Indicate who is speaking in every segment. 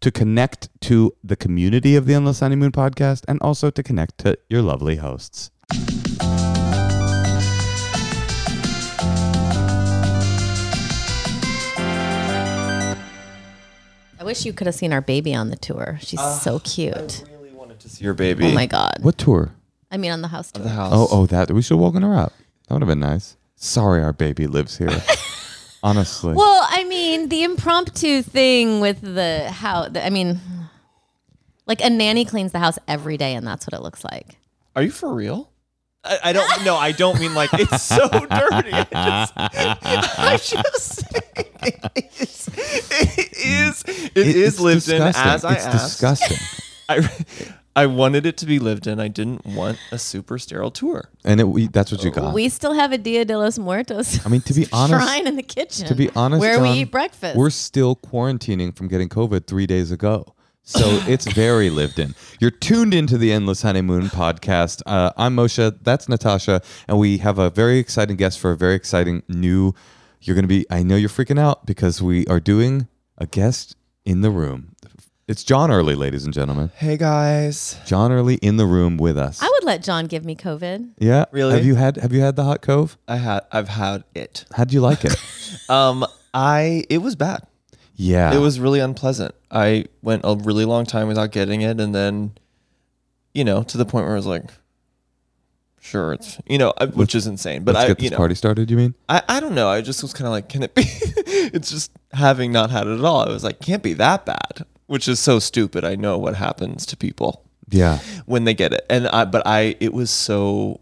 Speaker 1: to connect to the community of the Endless Honeymoon podcast and also to connect to your lovely hosts.
Speaker 2: I wish you could have seen our baby on the tour. She's so cute.
Speaker 3: really wanted to see your baby.
Speaker 2: Oh my God.
Speaker 1: What tour?
Speaker 2: I mean, on the house tour.
Speaker 3: The house.
Speaker 1: Oh, oh, that. We should have woken her up. That would have been nice. Sorry, our baby lives here. Honestly.
Speaker 2: Well, I mean, the impromptu thing with the how, the, I mean, like a nanny cleans the house every day, and that's what it looks like.
Speaker 3: Are you for real? I, I don't. No, I don't mean like it's so dirty. I just, I just it's, it is. It, it
Speaker 1: It-
Speaker 3: is
Speaker 1: it's
Speaker 3: lived
Speaker 1: disgusting.
Speaker 3: in as I
Speaker 1: It's
Speaker 3: asked.
Speaker 1: disgusting.
Speaker 3: I, I wanted it to be lived in. I didn't want a super sterile tour.
Speaker 1: and it, we, that's what you got.
Speaker 2: We still have a Dia de los Muertos.
Speaker 1: I mean, to be honest,
Speaker 2: shrine in the kitchen.
Speaker 1: to be honest,
Speaker 2: where we
Speaker 1: John,
Speaker 2: eat breakfast.
Speaker 1: We're still quarantining from getting COVID three days ago. So it's very lived in. You're tuned into the Endless Honeymoon podcast. Uh, I'm Moshe. That's Natasha. And we have a very exciting guest for a very exciting new. You're going to be, I know you're freaking out because we are doing a guest in the room. It's John Early, ladies and gentlemen.
Speaker 3: Hey guys.
Speaker 1: John Early in the room with us.
Speaker 2: I would let John give me COVID.
Speaker 1: yeah.
Speaker 3: Really?
Speaker 1: Have you had Have you had the hot cove?
Speaker 3: I had. I've had it.
Speaker 1: How'd you like it?
Speaker 3: Um. I. It was bad.
Speaker 1: yeah.
Speaker 3: It was really unpleasant. I went a really long time without getting it, and then, you know, to the point where I was like, sure, it's you know, I, which is insane. But
Speaker 1: Let's
Speaker 3: I,
Speaker 1: get
Speaker 3: you
Speaker 1: this
Speaker 3: know,
Speaker 1: party started. You mean?
Speaker 3: I, I don't know. I just was kind of like, can it be? it's just having not had it at all. I was like, can't be that bad, which is so stupid. I know what happens to people
Speaker 1: Yeah.
Speaker 3: when they get it, and I, but I, it was so,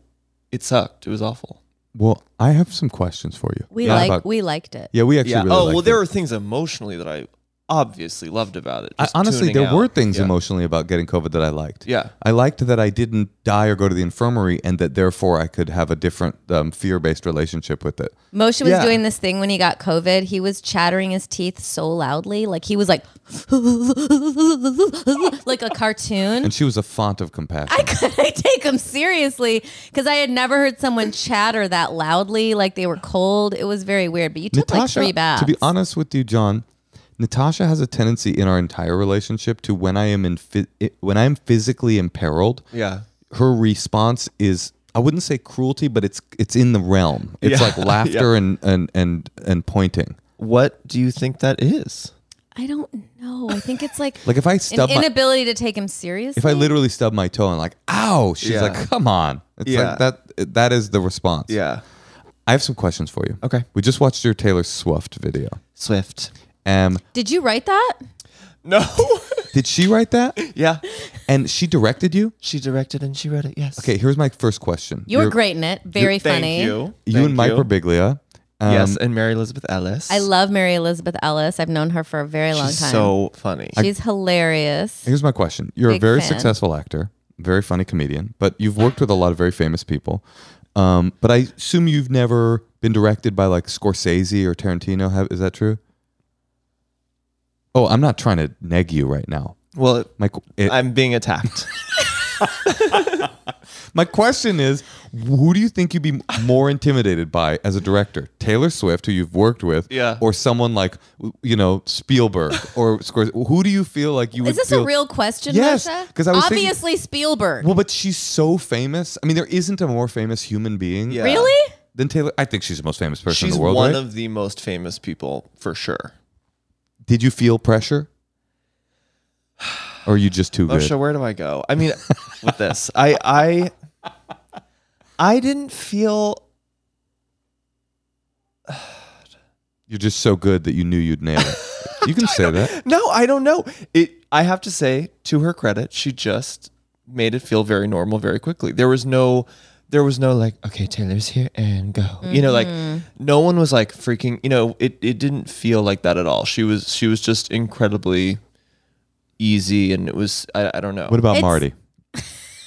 Speaker 3: it sucked. It was awful.
Speaker 1: Well, I have some questions for you.
Speaker 2: We
Speaker 1: Not
Speaker 2: like
Speaker 1: about-
Speaker 2: we liked it.
Speaker 1: Yeah, we actually.
Speaker 3: Yeah.
Speaker 1: Really
Speaker 3: oh
Speaker 1: liked
Speaker 3: well, there
Speaker 1: it.
Speaker 3: were things emotionally that I obviously loved about it.
Speaker 1: I,
Speaker 3: just
Speaker 1: honestly,
Speaker 3: tuning
Speaker 1: there
Speaker 3: out.
Speaker 1: were things
Speaker 3: Yeah.
Speaker 1: emotionally about getting COVID that I liked.
Speaker 3: Yeah.
Speaker 1: I liked that I didn't die or go to the infirmary, and that therefore I could have a different um, fear-based relationship with it.
Speaker 2: Moshe was
Speaker 3: Yeah.
Speaker 2: doing this thing when he got COVID. He was chattering his teeth so loudly, like he was like like a cartoon.
Speaker 1: And she was a font of compassion.
Speaker 2: I couldn't take him seriously because I had never heard someone chatter that loudly, like they were cold. It was very weird. But you took like three baths.
Speaker 1: to be honest with you, John, Natasha has a tendency in our entire relationship to when I am in phy- it- when I'm physically imperiled,
Speaker 3: Yeah.
Speaker 1: her response is I wouldn't say cruelty, but it's it's in the realm. It's
Speaker 3: Yeah.
Speaker 1: like laughter and, and and and pointing.
Speaker 3: What do you think that is?
Speaker 2: I don't know. I think it's like,
Speaker 1: Like if I
Speaker 2: an
Speaker 1: stub my,
Speaker 2: inability to take him seriously.
Speaker 1: if I literally stub my toe and like, ow, she's
Speaker 3: Yeah.
Speaker 1: like, come on. It's
Speaker 3: Yeah.
Speaker 1: like that that is the response.
Speaker 3: Yeah.
Speaker 1: I have some questions for you.
Speaker 3: Okay.
Speaker 1: We just watched your Taylor Swift video.
Speaker 3: Swift.
Speaker 1: Um,
Speaker 2: Did you write that?
Speaker 3: No.
Speaker 1: did she write that?
Speaker 3: yeah.
Speaker 1: And she directed you?
Speaker 3: She directed and she wrote it. Yes.
Speaker 1: Okay, here's my first question.
Speaker 2: You were
Speaker 1: You're-
Speaker 2: great in it. Very
Speaker 3: Thank
Speaker 2: funny.
Speaker 3: you.
Speaker 1: You
Speaker 3: Thank
Speaker 1: and Mike Birbiglia um,
Speaker 3: yes, and Mary Elizabeth Ellis.
Speaker 2: I love Mary Elizabeth Ellis. I've known her for a very long
Speaker 3: She's
Speaker 2: time.
Speaker 3: so funny.
Speaker 2: She's hilarious.
Speaker 1: Here's my question. You're a
Speaker 2: Big
Speaker 1: very
Speaker 2: fan.
Speaker 1: successful actor, very funny comedian, but you've worked with a lot of very famous people. Um, but I assume you've never been directed by like Scorsese or Tarantino. Have, is that true? Oh, I'm not trying to neg you right now.
Speaker 3: well,
Speaker 1: My, qu- it-
Speaker 3: I'm being attacked.
Speaker 1: my question is who do you think you'd be more intimidated by as a director? Taylor Swift, who you've worked with,
Speaker 3: Yeah.
Speaker 1: or someone like, you know, Spielberg or Scorsese? Who do you feel like you would
Speaker 2: Is this a
Speaker 1: feel-
Speaker 2: real question,
Speaker 1: Yes,
Speaker 2: Marsha?
Speaker 1: 'cause I was thinking-
Speaker 2: Obviously Spielberg.
Speaker 1: Well, but she's so famous. I mean, there isn't a more famous human being
Speaker 3: Yeah.
Speaker 2: really?
Speaker 1: than Taylor. I think she's the most famous person
Speaker 3: She's
Speaker 1: in the world.
Speaker 3: one
Speaker 1: right?
Speaker 3: of the most famous people for sure.
Speaker 1: Did you feel pressure? Or are you just too good?
Speaker 3: Moshe, where do I go? I mean, with this, I I I didn't feel
Speaker 1: You're just so good that you knew you'd nail it. You can say that.
Speaker 3: No, I don't know. It I have to say to her credit, she just made it feel very normal very quickly. There was no there was no like, okay, Taylor's here and go. You know, like
Speaker 2: Mm-hmm.
Speaker 3: no one was like freaking, you know, it it didn't feel like that at all. She was she was just incredibly easy and it was I, I don't know.
Speaker 1: What about
Speaker 2: It's-
Speaker 1: Marty?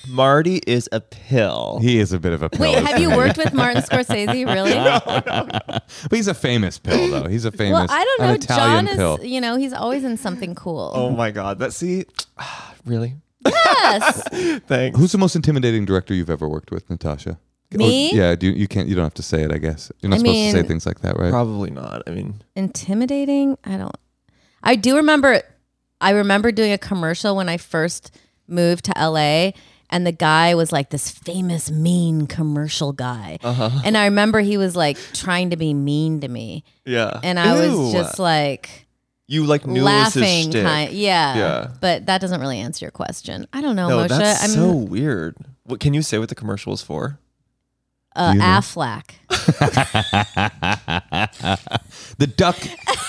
Speaker 3: Marty is a pill.
Speaker 1: He is a bit of a pill.
Speaker 2: Wait,
Speaker 1: isn't
Speaker 2: have you
Speaker 1: he?
Speaker 2: worked with Martin Scorsese? Really?
Speaker 1: But he's a famous pill, though. He's a famous.
Speaker 2: Well, I don't
Speaker 1: an
Speaker 2: know.
Speaker 1: Italian
Speaker 2: John is,
Speaker 1: pill.
Speaker 2: you know, he's always in something cool.
Speaker 3: oh my god. That see really?
Speaker 2: Yes.
Speaker 3: Thanks.
Speaker 1: Who's the most intimidating director you've ever worked with, Natasha? Or-
Speaker 2: Me?
Speaker 1: yeah. Do you, you can't. You don't have to say it. I guess you're not
Speaker 2: I
Speaker 1: supposed to say
Speaker 2: mean-
Speaker 1: things like that, right?
Speaker 3: Probably not. I mean,
Speaker 2: intimidating i don't i do remember i remember doing a commercial when i first moved to la and the guy was like this famous mean commercial guy
Speaker 3: Uh-huh.
Speaker 2: and i remember he was like trying to be mean to me
Speaker 3: yeah.
Speaker 2: and i
Speaker 3: Ew.
Speaker 2: was just like
Speaker 3: you like knew this is
Speaker 2: laughing
Speaker 3: shtick.
Speaker 2: kind yeah,
Speaker 3: Yeah.
Speaker 2: but that doesn't really answer your question i don't know
Speaker 3: No,
Speaker 2: Oh, moshe
Speaker 3: that's
Speaker 2: i mean
Speaker 3: so weird. What can you say what the commercial was for?
Speaker 2: uh,
Speaker 1: Do you know?
Speaker 2: aflac
Speaker 1: The duck,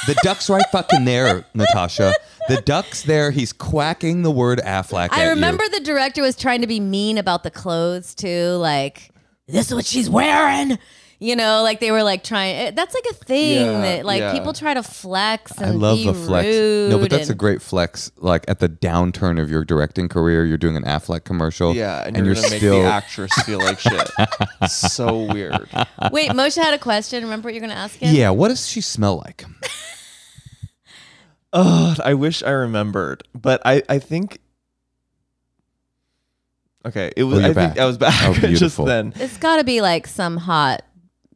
Speaker 1: the duck's right fucking there, Natasha. The duck's there. He's quacking the word Affleck. at
Speaker 2: I
Speaker 1: you.
Speaker 2: remember the director was trying to be mean about the clothes too, like this is what she's wearing. You know, like they were like trying. eh, That's like a thing
Speaker 3: Yeah,
Speaker 2: that like
Speaker 3: yeah.
Speaker 2: people try to flex and
Speaker 1: I love
Speaker 2: be
Speaker 1: the flex.
Speaker 2: rude.
Speaker 1: No, but that's a
Speaker 2: and-
Speaker 1: great flex. Like at the downturn of your directing career, you're doing an Affleck commercial.
Speaker 3: Yeah, and,
Speaker 1: and you're,
Speaker 3: you're, gonna
Speaker 1: still.
Speaker 3: make the actress feel like shit. so weird.
Speaker 2: Wait, Moshe had a question. Remember what you're gonna ask him?
Speaker 1: yeah, what does she smell like?
Speaker 3: Ugh, I wish I remembered, but I I think. Okay, it was.
Speaker 1: Oh,
Speaker 3: I
Speaker 1: you're
Speaker 3: think
Speaker 1: back.
Speaker 3: I was back
Speaker 1: Oh,
Speaker 3: just
Speaker 1: beautiful.
Speaker 3: then.
Speaker 2: It's got to be like some hot,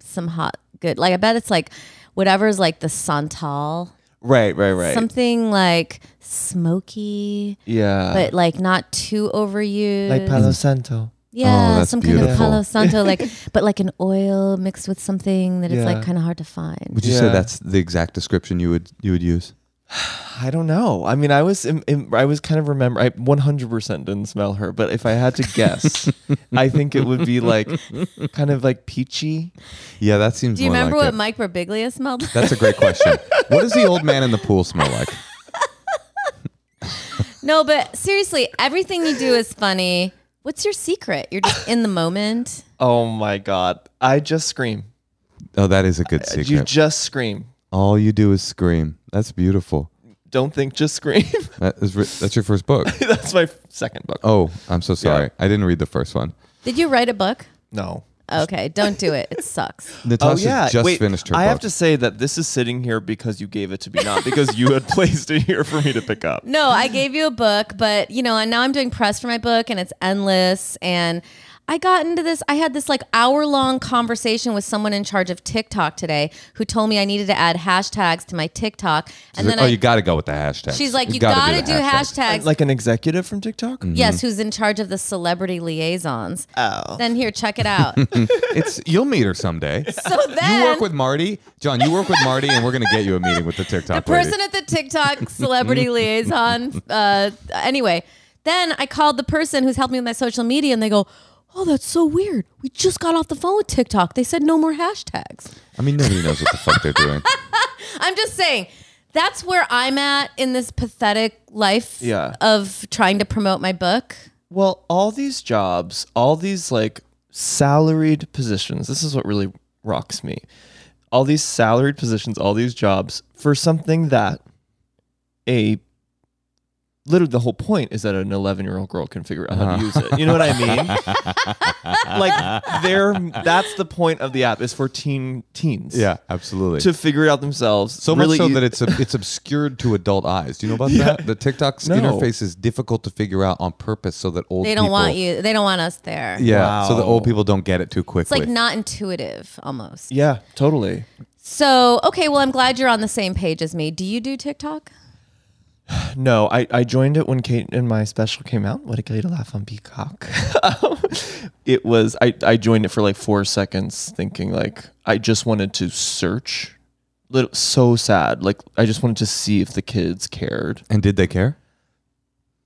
Speaker 2: some hot good. Like I bet it's like whatever's like the santal,
Speaker 3: Right, right, right.
Speaker 2: something like smoky,
Speaker 1: Uh.
Speaker 3: yeah,
Speaker 2: but like not too overused.
Speaker 3: like Palo Santo.
Speaker 2: Yeah,
Speaker 1: Oh, that's
Speaker 2: some kind of
Speaker 1: beautiful.
Speaker 2: Palo Santo, like, but like an oil mixed with something that it's
Speaker 3: Yeah.
Speaker 2: like kind of hard to find.
Speaker 1: Would you say
Speaker 3: Yeah.
Speaker 1: that's the exact description you would you would use?
Speaker 3: I don't know. I mean, I was im im- I was kind of remember. I 100% didn't smell her, but if I had to guess, I think it would be like kind of like peachy.
Speaker 1: Yeah, that seems.
Speaker 2: Do you
Speaker 1: more
Speaker 2: remember
Speaker 1: like
Speaker 2: what
Speaker 1: it.
Speaker 2: Mike Birbiglia smelled like?
Speaker 1: That's a great question. what does the old man in the pool smell like?
Speaker 2: no, but seriously, everything you do is funny. What's your secret? You're just in the moment.
Speaker 3: Oh my god! I just scream.
Speaker 1: Oh, that is a good secret.
Speaker 3: Uh, You just scream.
Speaker 1: All you do is scream. That's beautiful.
Speaker 3: Don't think, just scream.
Speaker 1: That is ri- that's your first book.
Speaker 3: That's my second book.
Speaker 1: Oh, I'm so sorry. I didn't read the first one.
Speaker 3: Oh,
Speaker 2: Did you write a book?
Speaker 3: No. Oh,
Speaker 2: Okay, don't do it. It sucks.
Speaker 1: Natasha just
Speaker 3: Wait,
Speaker 1: finished her
Speaker 3: I
Speaker 1: book.
Speaker 3: have to say that this is sitting here because you gave it to me, not because you had placed it here for me to pick up.
Speaker 2: No, I gave you a book, but you know, and now I'm doing press for my book and it's endless. And I got into this, I had this like hour long conversation with someone in charge of TikTok today who told me I needed to add hashtags to my TikTok. And then
Speaker 1: oh,
Speaker 2: I,
Speaker 1: you got to go with the hashtag.
Speaker 2: she's like, you, gotta, do, hashtags.
Speaker 3: Like an executive from TikTok?
Speaker 1: Mm.
Speaker 2: yes, who's in charge of the celebrity liaisons.
Speaker 3: Uh,
Speaker 2: Oh. Then here, check it out.
Speaker 1: It's you'll meet her someday.
Speaker 2: so
Speaker 1: You
Speaker 2: then
Speaker 1: work with Marty, John. You work with Marty, and we're gonna get you a meeting with the TikTok lady.
Speaker 2: person at the TikTok celebrity liaison. Uh, anyway, then I called the person who's helped me with my social media, and they go, "Oh, that's so weird. We just got off the phone with TikTok. They said no more hashtags."
Speaker 1: I mean, nobody knows what the fuck they're doing.
Speaker 2: I'm just saying. That's where I'm at in this pathetic life
Speaker 3: Yeah.
Speaker 2: of trying to promote my book.
Speaker 3: Well, all these jobs, all these like salaried positions, this is what really rocks me. all these salaried positions, all these jobs for something that a literally the whole point is that an 11 year old girl can figure out how to use it. You know what I mean? like they're that's the point of the app is for teen teens.
Speaker 1: Yeah, absolutely.
Speaker 3: To figure it out themselves.
Speaker 1: so much
Speaker 3: really
Speaker 1: so
Speaker 3: e-
Speaker 1: that it's it's obscured to adult eyes. Do you know about that? The TikTok's
Speaker 3: No.
Speaker 1: interface is difficult to figure out on purpose so that old
Speaker 2: They don't want
Speaker 1: people-
Speaker 2: you. They don't want us there.
Speaker 1: Yeah, so the
Speaker 3: Wow.
Speaker 1: old people don't get it too
Speaker 2: It's like
Speaker 1: quickly.
Speaker 2: not intuitive almost.
Speaker 3: Yeah, totally.
Speaker 2: So, okay, well, I'm glad you're on the same page as me. Do you do TikTok?
Speaker 3: No, I, I joined it when Kate and my special came out. What a great laugh on Peacock. it was I, I joined it for like four seconds thinking like I just wanted to search. Little so sad. Like I just wanted to see if the kids cared.
Speaker 1: and did they care?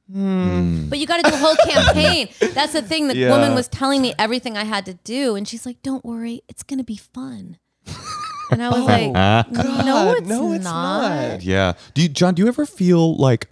Speaker 2: But you got to do a whole campaign. That's the thing. The
Speaker 3: Hmm. Yeah.
Speaker 2: woman was telling me everything I had to do, and she's like, "Don't worry, it's gonna be fun." And I was like,
Speaker 3: Ah.
Speaker 2: "No,
Speaker 3: Oh God,
Speaker 2: it's
Speaker 3: no,
Speaker 2: not."
Speaker 3: it's not.
Speaker 1: Yeah. Do you, John? Do you ever feel like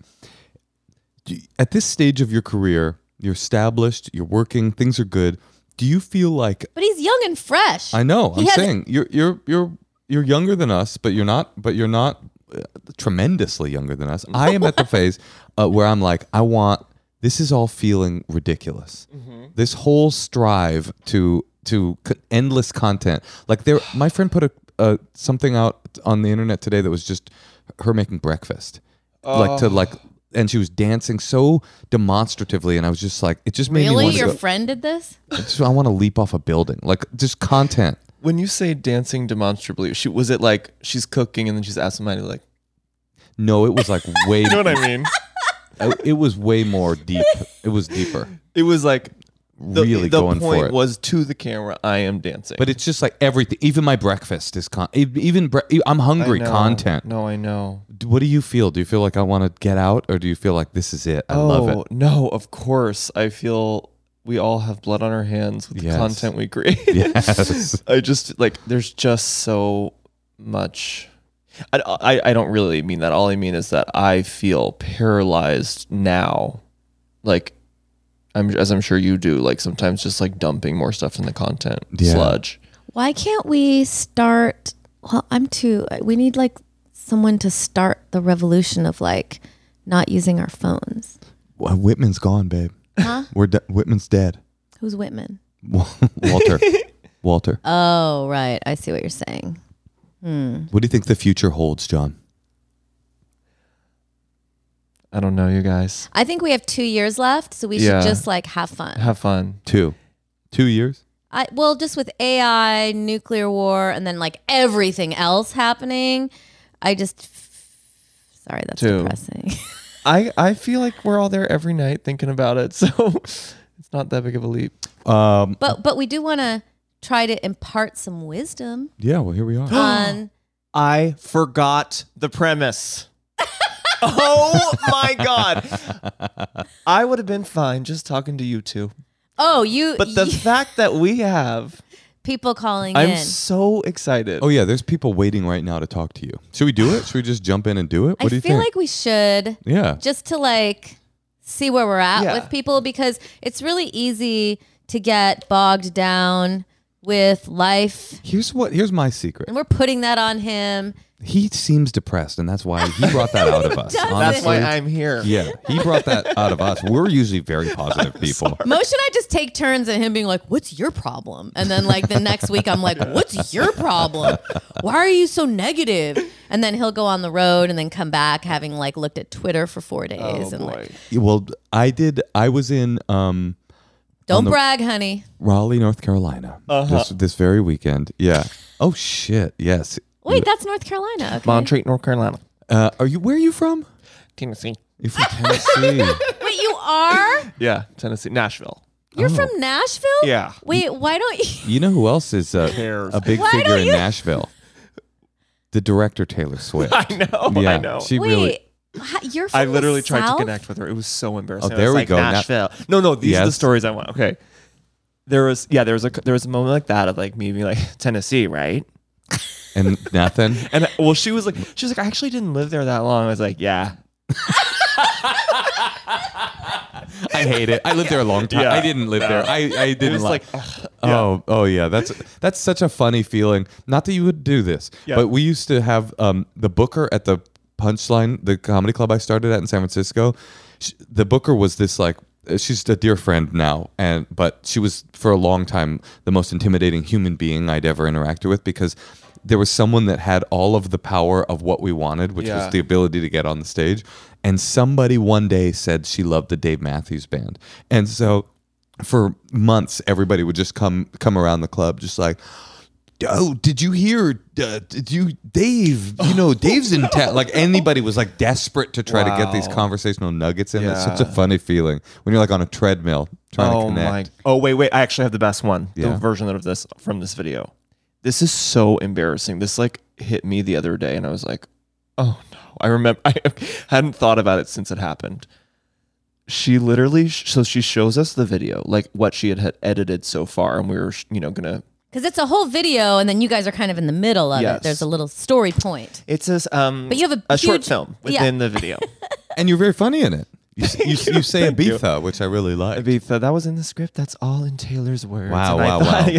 Speaker 1: do you- at this stage of your career, you're established, you're working, things are good. Do you feel like
Speaker 2: But he's young and fresh.
Speaker 1: I know?
Speaker 2: He
Speaker 1: I'm
Speaker 2: has-
Speaker 1: saying you're you're you're you're younger than us, but you're not. But you're not uh, tremendously younger than us. I am at the phase uh, where I'm like, I want. This is all feeling ridiculous.
Speaker 2: Mm-hmm.
Speaker 1: This whole strive to to c- endless content. Like there, my friend put a, a something out on the internet today that was just her making breakfast, like to like,
Speaker 2: Oh.
Speaker 1: and she was dancing so demonstratively, and I was just like, it just made me
Speaker 2: really,
Speaker 1: want to
Speaker 2: your
Speaker 1: go.
Speaker 2: friend did this?
Speaker 1: I just- I want to leap off a building, like just content.
Speaker 3: When you say dancing demonstrably, she was it like she's cooking and then she's asking somebody like
Speaker 1: No, it was like way.
Speaker 3: You know what I mean?
Speaker 1: I- it was way more deep. It was deeper.
Speaker 3: It was like the,
Speaker 1: really
Speaker 3: the
Speaker 1: going
Speaker 3: point
Speaker 1: for it.
Speaker 3: was to the camera, I am dancing.
Speaker 1: but it's just like everything. Even my breakfast is con. e- Even bre- e- I'm
Speaker 3: I
Speaker 1: hungry.
Speaker 3: know.
Speaker 1: Content.
Speaker 3: No, I know.
Speaker 1: D- What do you feel? Do you feel like I want to get out, or do you feel like this is it? I love it.
Speaker 3: Oh, No, of course. I feel we all have blood on our hands with
Speaker 1: Yes.
Speaker 3: the content we create.
Speaker 1: Yes.
Speaker 3: I just like there's just so much. I, I, I don't really mean that. All I mean is that I feel paralyzed now, like I'm as I'm sure you do. Like sometimes just like dumping more stuff in the content
Speaker 1: Yeah.
Speaker 3: sludge.
Speaker 2: Why can't we start? Well, I'm too. We need like someone to start the revolution of like not using our phones.
Speaker 1: Well, Whitman's gone, babe.
Speaker 2: Huh?
Speaker 1: We're de- Whitman's dead.
Speaker 2: Who's Whitman?
Speaker 1: Walter. Walter.
Speaker 2: Oh, right. I see what you're saying. Hmm.
Speaker 1: What do you think the future holds, John?
Speaker 3: I don't know, you guys.
Speaker 2: I think we have two years left, so we
Speaker 3: Yeah.
Speaker 2: should just like have fun.
Speaker 3: Have fun.
Speaker 1: Two. Two years.
Speaker 2: I, well, just with AI, nuclear war, and then like everything else happening, I just sorry that's
Speaker 3: Two.
Speaker 2: depressing.
Speaker 3: I I feel like we're all there every night thinking about it, so it's not that big of a leap.
Speaker 1: Um.
Speaker 2: but but we do want to try to impart some wisdom
Speaker 1: Yeah. Well, here we are.
Speaker 2: on.
Speaker 3: I forgot the premise. oh my god. I would have been fine just talking to you two.
Speaker 2: Oh, you,
Speaker 3: But the
Speaker 2: you-
Speaker 3: fact that we have
Speaker 2: people calling
Speaker 3: I'm
Speaker 2: in.
Speaker 3: so excited.
Speaker 1: Oh yeah, there's people waiting right now to talk to you. Should we do it? Should we just jump in and do it? What
Speaker 2: I
Speaker 1: do you
Speaker 2: feel
Speaker 1: think?
Speaker 2: like we should
Speaker 1: yeah.
Speaker 2: just to like see where we're at
Speaker 3: Yeah.
Speaker 2: with people because it's really easy to get bogged down with life
Speaker 1: Here's what. Here's my secret.
Speaker 2: and we're putting that on him.
Speaker 1: He seems depressed, and that's why he brought that out of us.
Speaker 2: Doesn't.
Speaker 3: That's why
Speaker 1: honestly.
Speaker 3: I'm here.
Speaker 1: Yeah, he brought that out of us. We're usually very positive people.
Speaker 2: Mo, should I just take turns at him being like, "What's your problem?" And then like the next week, I'm like, "What's your problem? Why are you so negative?" And then he'll go on the road and then come back having like looked at Twitter for four days
Speaker 3: Oh
Speaker 2: and
Speaker 3: boy.
Speaker 2: like,
Speaker 1: Well, I did. I was in um,
Speaker 2: "Don't brag, honey."
Speaker 1: Raleigh, North Carolina,
Speaker 3: Uh-huh.
Speaker 1: this this very weekend. Yeah. Oh shit. Yes.
Speaker 2: Wait, that's North Carolina. Okay.
Speaker 3: Montreat, North Carolina.
Speaker 1: Uh, are you? Where are you from?
Speaker 3: Tennessee.
Speaker 1: You're from Tennessee.
Speaker 2: Wait, you are?
Speaker 3: Yeah, Tennessee. Nashville.
Speaker 2: You're from Nashville?
Speaker 3: Yeah.
Speaker 2: Wait, why don't you?
Speaker 1: you know who else is uh,
Speaker 3: Cares.
Speaker 1: a big
Speaker 2: Why
Speaker 1: figure
Speaker 2: don't
Speaker 1: in
Speaker 2: you-
Speaker 1: Nashville? The director Taylor Swift.
Speaker 3: I know.
Speaker 1: yeah,
Speaker 3: I know.
Speaker 1: she
Speaker 2: Wait,
Speaker 1: really.
Speaker 2: ha- you're from
Speaker 3: I literally
Speaker 2: the
Speaker 3: tried
Speaker 2: South?
Speaker 3: to connect with her. It was so embarrassing.
Speaker 1: Oh,
Speaker 3: I
Speaker 1: there
Speaker 3: was
Speaker 1: we
Speaker 3: like,
Speaker 1: go. Now-
Speaker 3: Nashville. No, no, these are the
Speaker 1: Yes.
Speaker 3: stories I want. Okay. There was yeah, there was a there was a moment like that of like me being like Tennessee, right?
Speaker 1: And nothing.
Speaker 3: And well, she was like, she was like, I actually didn't live there that long. I was like, yeah.
Speaker 1: I I hate it. I lived there a long time.
Speaker 3: Yeah.
Speaker 1: I didn't live there. I, I didn't
Speaker 3: was
Speaker 1: like.
Speaker 3: like,
Speaker 1: Oh, oh yeah. That's that's such a funny feeling. Not that you would do this,
Speaker 3: Yeah.
Speaker 1: but we used to have um, the Booker at the Punchline, the comedy club I started at in San Francisco. Sh the Booker was this like uh, she's a dear friend now, and but she was for a long time the most intimidating human being I'd ever interacted with because. There was someone that had all of the power of what we wanted, which
Speaker 3: Yeah.
Speaker 1: was the ability to get on the stage. And somebody one day said she loved the Dave Matthews band. And so for months everybody would just come come around the club just like oh did you hear uh, did you dave you know dave's in town like anybody was like desperate to try to get these
Speaker 3: Wow.
Speaker 1: conversational nuggets in it's
Speaker 3: Yeah.
Speaker 1: such a funny feeling when you're like on a treadmill trying to
Speaker 3: Oh
Speaker 1: connect
Speaker 3: my! Oh wait, wait! I actually have the best one.
Speaker 1: Yeah.
Speaker 3: The version of this from this video. This is so embarrassing. This like hit me the other day, and I was like, "Oh no!" I remember I hadn't thought about it since it happened. She literally, sh- so she shows us the video, like what she had, had edited so far, and we were, sh- you know, gonna.
Speaker 2: Because it's a whole video, and then you guys are kind of in the middle of
Speaker 3: Yes.
Speaker 2: it. There's a little story point.
Speaker 3: It says, um,
Speaker 2: But you have a
Speaker 3: short
Speaker 2: huge-
Speaker 3: film
Speaker 2: yeah.
Speaker 3: within the video.
Speaker 1: and you're very funny in it you, s- you, s- you say
Speaker 3: Thank you.
Speaker 1: Ibiza, which I really like.
Speaker 3: Ibiza, that was in the script. That's all in Taylor's words.
Speaker 1: Wow,
Speaker 3: And I
Speaker 1: wow,
Speaker 3: thought,
Speaker 1: wow.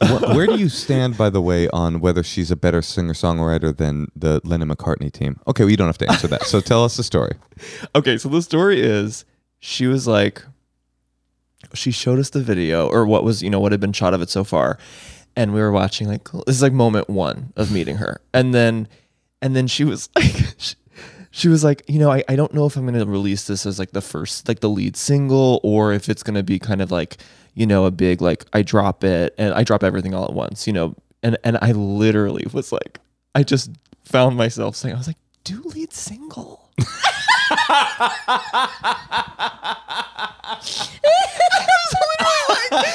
Speaker 3: you know,
Speaker 1: Wh- Where do you stand, by the way, on whether she's a better singer songwriter than the Lennon McCartney team? Okay, well, you don't have to answer that. So tell us the story.
Speaker 3: okay, so the story is she was like, she showed us the video or what was, you know, what had been shot of it so far. And we were watching like, cool. this is like moment one of meeting her. And then, and then she was like, she, she was like, you know, I, I don't know if I'm going to release this as like the first, like the lead single, or if it's going to be kind of like, you know, a big, like I drop it and I drop everything all at once, you know? And, and I literally was like, I just found myself saying, I was like, do lead single.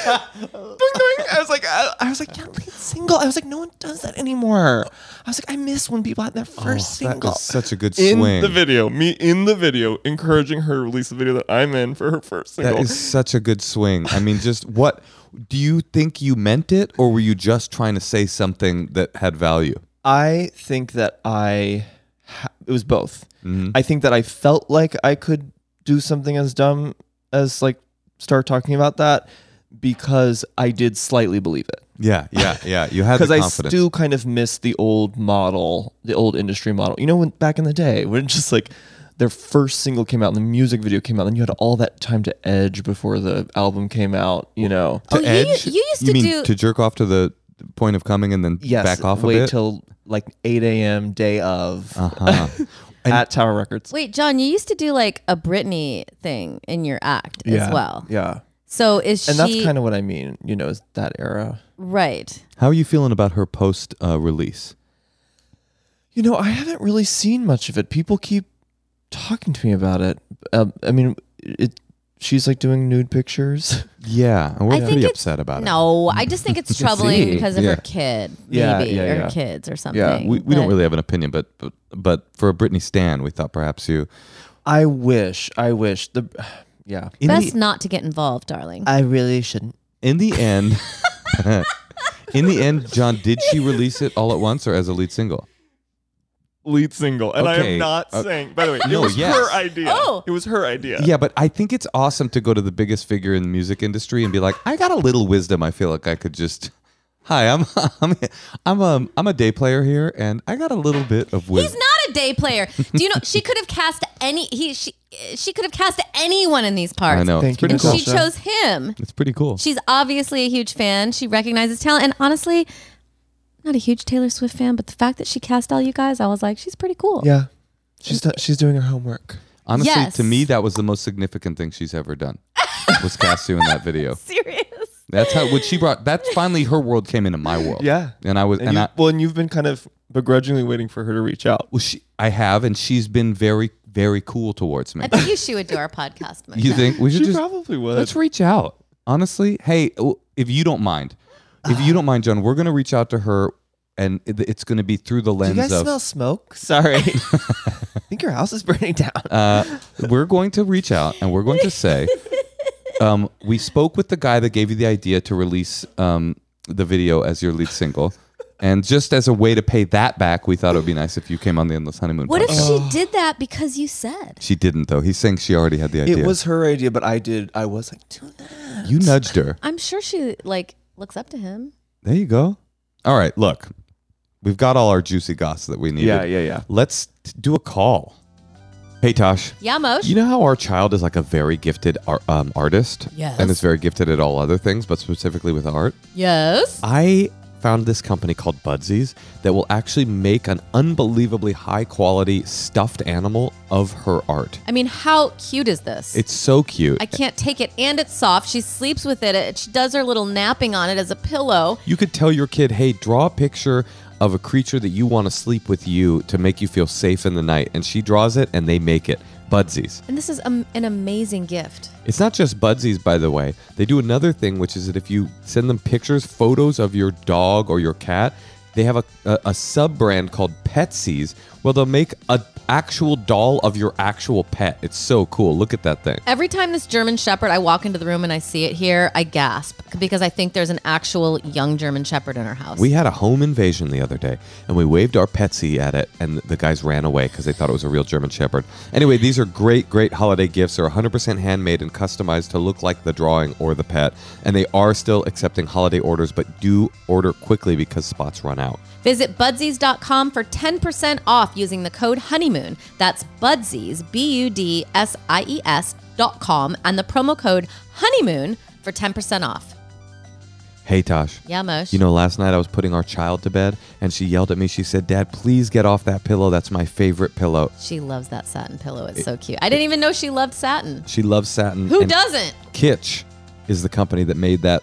Speaker 3: I was like, I, I was like, yeah, lead single. I was like, no one does that anymore. I was like, I miss when people had their first
Speaker 1: That
Speaker 3: single.
Speaker 1: was such a good
Speaker 3: in
Speaker 1: swing.
Speaker 3: the video, me in the video, encouraging her to release the video that I'm in for her first single.
Speaker 1: That is such a good swing. I mean, just what do you think you meant it, or were you just trying to say something that had value?
Speaker 3: I think that I, ha- it was both. I think that I felt like I could do something as dumb as like start talking about that because I did slightly believe it.
Speaker 1: Yeah, yeah, yeah. You had the
Speaker 3: because I
Speaker 1: confidence.
Speaker 3: still kind of miss the old model, the old industry model. You know, when back in the day, when just like their first single came out and the music video came out, and you had all that time to edge before the album came out. You know,
Speaker 1: to
Speaker 2: Oh, you-
Speaker 1: edge,
Speaker 2: you used
Speaker 1: you
Speaker 2: to
Speaker 1: mean
Speaker 2: do-
Speaker 1: to jerk off to the point of coming and then
Speaker 3: yes,
Speaker 1: back off a
Speaker 3: wait
Speaker 1: bit.
Speaker 3: till like 8 a.m. day of
Speaker 1: uh-huh.
Speaker 3: at Tower Records.
Speaker 2: Wait, John, you used to do like a Britney thing in your act as well.
Speaker 3: yeah,
Speaker 2: So is
Speaker 3: and
Speaker 2: she
Speaker 3: that's kind of what I mean. You know, is that era.
Speaker 2: right?
Speaker 1: How are you feeling about her post uh, release?
Speaker 3: You know, I haven't really seen much of it. People keep talking to me about it. Um, I mean, it. She's like doing nude pictures.
Speaker 1: Yeah, and we're
Speaker 2: I think
Speaker 1: pretty
Speaker 2: it's-
Speaker 1: upset about
Speaker 2: No, I just think it's troubling
Speaker 3: see.
Speaker 2: because of
Speaker 1: Yeah.
Speaker 2: her kid, maybe,
Speaker 3: Yeah, yeah,
Speaker 2: or
Speaker 3: yeah.
Speaker 2: kids or something.
Speaker 3: Yeah,
Speaker 1: it. We, we don't
Speaker 2: But-
Speaker 1: really have an opinion, but, but but for a Britney Stan, we thought perhaps you.
Speaker 3: I wish. I wish. The yeah.
Speaker 1: In
Speaker 2: Best
Speaker 1: the,
Speaker 2: not to get involved, darling.
Speaker 3: I really shouldn't.
Speaker 1: in the end, in the end, John, did she release it all at once or as a lead single?
Speaker 3: Lead single, and I
Speaker 1: Okay.
Speaker 3: am not
Speaker 1: Uh,
Speaker 3: saying. By the way,
Speaker 1: No,
Speaker 3: it was
Speaker 1: yes.
Speaker 3: her idea.
Speaker 2: Oh.
Speaker 3: it was her idea.
Speaker 1: Yeah, but I think it's awesome to go to the biggest figure in the music industry and be like, I got a little wisdom. I feel like I could just. Hi, I'm I'm I'm a I'm a day player here, and I got a little bit of
Speaker 2: He's
Speaker 1: wisdom.
Speaker 2: not a day player. Do you know she could have cast any? He she she could have cast anyone in these parts.
Speaker 1: I know.
Speaker 3: Thank
Speaker 1: it's pretty
Speaker 3: you,
Speaker 2: and
Speaker 1: cool.
Speaker 2: she
Speaker 3: Natasha.
Speaker 2: chose him.
Speaker 1: it's pretty cool.
Speaker 2: She's obviously a huge fan. She recognizes talent, and honestly, not a huge Taylor Swift fan, but the fact that she cast all you guys, I was like, she's pretty cool.
Speaker 3: yeah. She's do- she's doing her homework.
Speaker 1: Honestly,
Speaker 2: Yes.
Speaker 1: to me, that was the most significant thing she's ever done. was cast you in that video.
Speaker 2: Serious.
Speaker 1: That's how what she brought. That's finally her world came into my world.
Speaker 3: Yeah.
Speaker 1: and I was
Speaker 3: And,
Speaker 1: and
Speaker 3: you,
Speaker 1: I,
Speaker 3: well, and you've been kind of begrudgingly waiting for her to reach out.
Speaker 1: well, she, I have, and she's been very very cool towards me.
Speaker 2: I think you she would do our podcast. Mona.
Speaker 1: You think we should
Speaker 3: She
Speaker 1: just
Speaker 3: probably would.
Speaker 1: Let's reach out. Honestly, hey, w- if you don't mind, if you don't mind, John, we're gonna reach out to her, and it- it's gonna be through the
Speaker 3: Do
Speaker 1: lens
Speaker 3: you guys
Speaker 1: of.
Speaker 3: smell smoke? Sorry. I think your house is burning down.
Speaker 1: uh, we're going to reach out, and we're going to say, um, we spoke with the guy that gave you the idea to release um, the video as your lead single. And just as a way to pay that back, we thought it would be nice if you came on the Endless Honeymoon.
Speaker 2: What if
Speaker 1: podcast.
Speaker 2: she did that because you said?
Speaker 1: she didn't though? He's saying she already had the idea.
Speaker 3: It was her idea, but I did. I was like, do that.
Speaker 1: you nudged her.
Speaker 2: I'm sure she like looks up to him.
Speaker 1: There you go. All right, look, we've got all our juicy goss that we needed.
Speaker 3: Yeah, yeah, yeah.
Speaker 1: Let's t- do a call. Hey Tosh,
Speaker 2: Yamosh.
Speaker 1: you know how our child is like a very gifted ar- um, artist,
Speaker 2: Yes.
Speaker 1: and is very gifted at all other things, but specifically with art.
Speaker 2: yes.
Speaker 1: I found this company called Budsies that will actually make an unbelievably high quality stuffed animal of her art.
Speaker 2: I mean, how cute is this?
Speaker 1: It's so cute.
Speaker 2: I can't take it, and it's soft. She sleeps with it. it. She does her little napping on it as a pillow.
Speaker 1: you could tell your kid, hey, draw a picture of a creature that you want to sleep with you to make you feel safe in the night. And she draws it and they make it. Budsies.
Speaker 2: And this is um an amazing gift.
Speaker 1: It's not just Budsies, by the way. They do another thing, which is that if you send them pictures, photos of your dog or your cat, they have a, a, a sub brand called Petsies. Well, they'll make a actual doll of your actual pet. It's so cool. Look at that thing.
Speaker 2: Every time this German Shepherd, I walk into the room and I see it here, I gasp because I think there's an actual young German Shepherd in our house.
Speaker 1: We had a home invasion the other day, and we waved our Petsy at it, and the guys ran away because they thought it was a real German Shepherd. Anyway, these are great, great holiday gifts. They're 100% handmade and customized to look like the drawing or the pet, and they are still accepting holiday orders, but do order quickly because spots run out.
Speaker 2: Visit budsies.com for 10% off using the code honeymoon. That's budsies, B U D S I E S dot com, and the promo code honeymoon for 10% off.
Speaker 1: Hey, Tosh.
Speaker 2: Yeah, Mosh.
Speaker 1: You know, last night I was putting our child to bed, and she yelled at me. She said, Dad, please get off that pillow. That's my favorite pillow.
Speaker 2: she loves that satin pillow. It's so cute. I didn't even know she loved satin.
Speaker 1: She loves satin.
Speaker 2: Who
Speaker 1: and-
Speaker 2: doesn't?
Speaker 1: Kitsch is the company that made that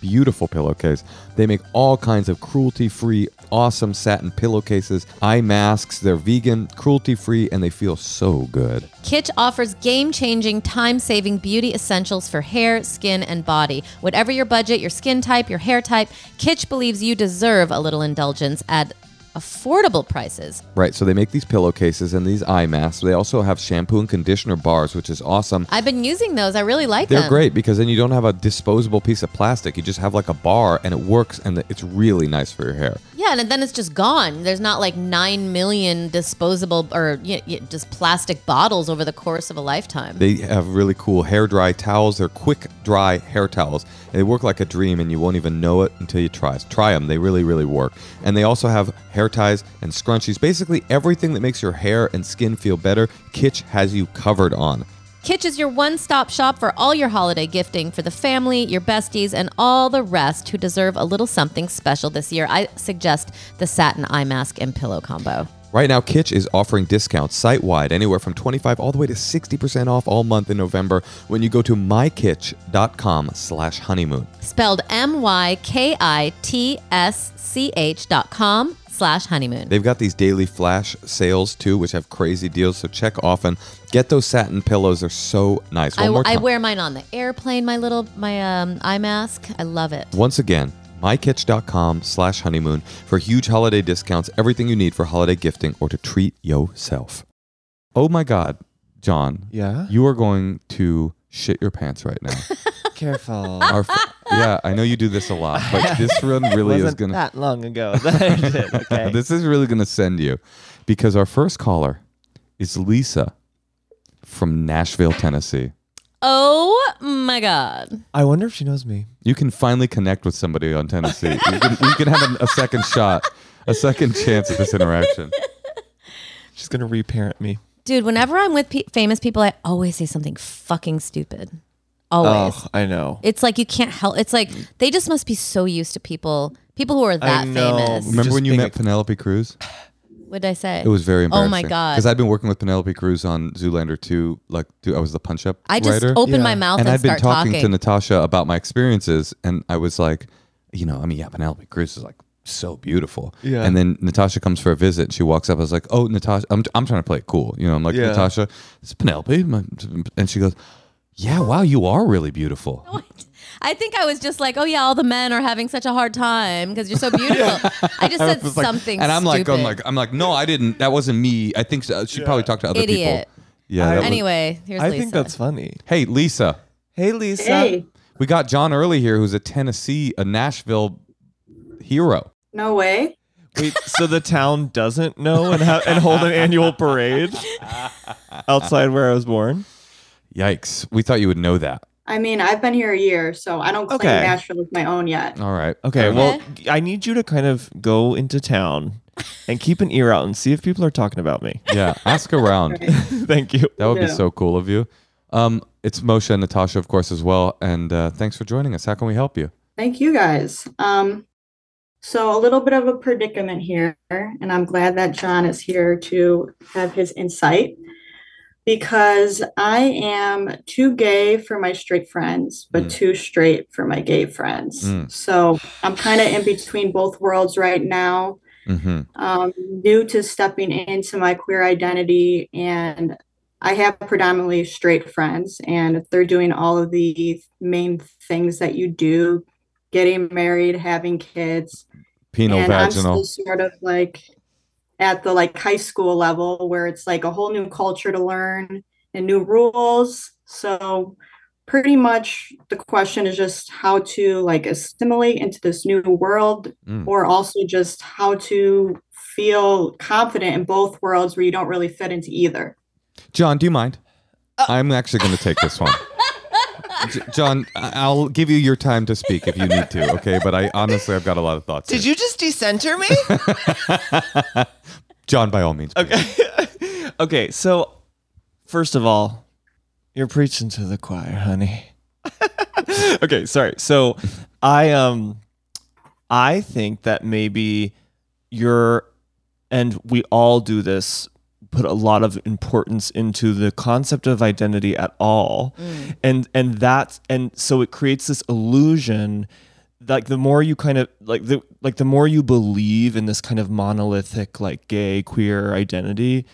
Speaker 1: beautiful pillowcase. They make all kinds of cruelty free, awesome satin pillowcases, eye masks. They're vegan, cruelty free, and they feel so good.
Speaker 2: Kitsch offers game changing, time saving beauty essentials for hair, skin, and body. Whatever your budget, your skin type, your hair type, Kitsch believes you deserve a little indulgence at affordable prices.
Speaker 1: Right, so they make these pillowcases and these eye masks. They also have shampoo and conditioner bars, which is awesome.
Speaker 2: I've been using those. I really like
Speaker 1: They're
Speaker 2: them.
Speaker 1: great because then you don't have a disposable piece of plastic. You just have like a bar and it works and it's really nice for your hair.
Speaker 2: Yeah, and then it's just gone. There's not like 9 million disposable or y y just plastic bottles over the course of a lifetime.
Speaker 1: They have really cool hair dry towels. They're quick dry hair towels. They work like a dream, and you won't even know it until you try. Try them. They really, really work. And they also have hair ties and scrunchies. Basically, everything that makes your hair and skin feel better, Kitsch has you covered on.
Speaker 2: Kitsch is your one stop shop for all your holiday gifting for the family, your besties, and all the rest who deserve a little something special this year. I suggest the satin eye mask and pillow combo.
Speaker 1: Right now, Kitsch is offering discounts site wide, anywhere from 25 all the way to 60% off all month in November when you go to mykitsch.com slash honeymoon.
Speaker 2: Spelled M Y K I T S C H dot com slash honeymoon.
Speaker 1: They've got these daily flash sales too, which have crazy deals. So check often. Get those satin pillows; they're so nice. One
Speaker 2: I,
Speaker 1: more
Speaker 2: I
Speaker 1: time.
Speaker 2: wear mine on the airplane, my little my um, eye mask. I love it.
Speaker 1: Once again, mykitch.com slash honeymoon for huge holiday discounts, everything you need for holiday gifting or to treat yourself. Oh my God, John.
Speaker 3: Yeah?
Speaker 1: You are going to shit your pants right now.
Speaker 3: Careful.
Speaker 1: Our f- yeah, I know you do this a lot, but this one really is
Speaker 3: Wasn't
Speaker 1: going to.
Speaker 3: that long ago that I did. Okay.
Speaker 1: This is really going to send you because our first caller is Lisa from Nashville, Tennessee.
Speaker 2: Oh my God.
Speaker 3: I wonder if she knows me.
Speaker 1: You can finally connect with somebody on Tennessee. you, can, you can have a, a second shot, a second chance at this interaction.
Speaker 3: She's gonna reparent me.
Speaker 2: Dude, whenever I'm with pe- famous people, I always say something fucking stupid. Always.
Speaker 3: Oh, I know.
Speaker 2: It's like you can't help. It's like they just must be so used to people, people who are that
Speaker 3: know.
Speaker 2: famous.
Speaker 1: Remember
Speaker 3: Just
Speaker 1: when you
Speaker 3: being
Speaker 1: met
Speaker 3: a-
Speaker 1: Penelope Cruz?
Speaker 2: What did I say?
Speaker 1: It was very
Speaker 2: Oh my
Speaker 1: embarrassing.
Speaker 2: God.
Speaker 1: Because I've been working with Penelope Cruz on Zoolander 2. Like, dude, I was the punch up
Speaker 2: I just
Speaker 1: writer.
Speaker 2: open
Speaker 3: Yeah.
Speaker 2: my mouth and,
Speaker 1: and I've been
Speaker 2: start
Speaker 1: talking,
Speaker 2: talking.
Speaker 1: to Natasha about my experiences, and I was like, you know, I mean, yeah, Penelope Cruz is like so beautiful.
Speaker 3: Yeah.
Speaker 1: And then Natasha comes for a visit. and She walks up. I was like, oh, Natasha, I'm, I'm trying to play it cool. You know, I'm like,
Speaker 3: Yeah.
Speaker 1: Natasha, it's Penelope. My- And she goes, yeah, wow, you are really beautiful.
Speaker 2: I think I was just like, oh yeah, all the men are having such a hard time because you're so beautiful. I just said
Speaker 1: was like-
Speaker 2: something.
Speaker 1: and I'm like, "Oh,
Speaker 2: stupid.
Speaker 1: I'm like, I'm like, no, I didn't. That wasn't me. I think so. she probably talked to other
Speaker 2: Idiot.
Speaker 1: people. Yeah.
Speaker 3: I-
Speaker 1: that was-
Speaker 2: anyway, here's
Speaker 3: I
Speaker 2: Lisa.
Speaker 3: think that's funny.
Speaker 1: hey, Lisa,
Speaker 3: Hey, Lisa.
Speaker 4: Hey,
Speaker 1: we got John Early here, who's a Tennessee, a Nashville hero.
Speaker 4: no way.
Speaker 3: Wait, so the town doesn't know and ha- and hold an annual parade outside where I was born?
Speaker 1: Yikes. We thought you would know that.
Speaker 4: I mean, I've been here a year, so I don't claim
Speaker 3: Okay.
Speaker 4: Nashville as my own yet.
Speaker 1: All right.
Speaker 3: Okay,
Speaker 1: All right.
Speaker 3: well, I need you to kind of go into town and keep an ear out and see if people are talking about me.
Speaker 1: yeah, ask around.
Speaker 4: Right.
Speaker 3: Thank you.
Speaker 1: That would be
Speaker 4: Yeah.
Speaker 1: so cool of you. Um, it's Moshe and Natasha, of course, as well. And uh, thanks for joining us. How can we help you?
Speaker 4: Thank you guys. Um, so a little bit of a predicament here, and I'm glad that John is here to have his insight because I am too gay for my straight friends, but
Speaker 1: Mm.
Speaker 4: too straight for my gay friends.
Speaker 1: Mm.
Speaker 4: So I'm kind of in between both worlds right now.
Speaker 1: Mm-hmm.
Speaker 4: um, new to stepping into my queer identity and i have predominantly straight friends and they're doing all of the main things that you do getting married having kids
Speaker 1: Penal
Speaker 4: and
Speaker 1: vaginal.
Speaker 4: i'm still sort of like at the like high school level where it's like a whole new culture to learn and new rules so pretty much the question is just how to like assimilate into this new world
Speaker 1: Mm.
Speaker 4: or also just how to feel confident in both worlds where you don't really fit into either.
Speaker 1: John, do you mind?
Speaker 4: Oh.
Speaker 1: I'm actually going to take this one. J- John, I- I'll give you your time to speak if you need to, okay? But I honestly, I've got a lot of thoughts.
Speaker 5: Did you just decenter me?
Speaker 1: you? John, by all means. please.
Speaker 3: Okay. okay, so first of all, you're preaching to the choir, honey. okay, sorry. So I um I think that maybe you're and we all do this put a lot of importance into the concept of identity at all
Speaker 2: Mm.
Speaker 3: and and that's and so it creates this illusion like the more you kind of like the like the more you believe in this kind of monolithic like gay queer identity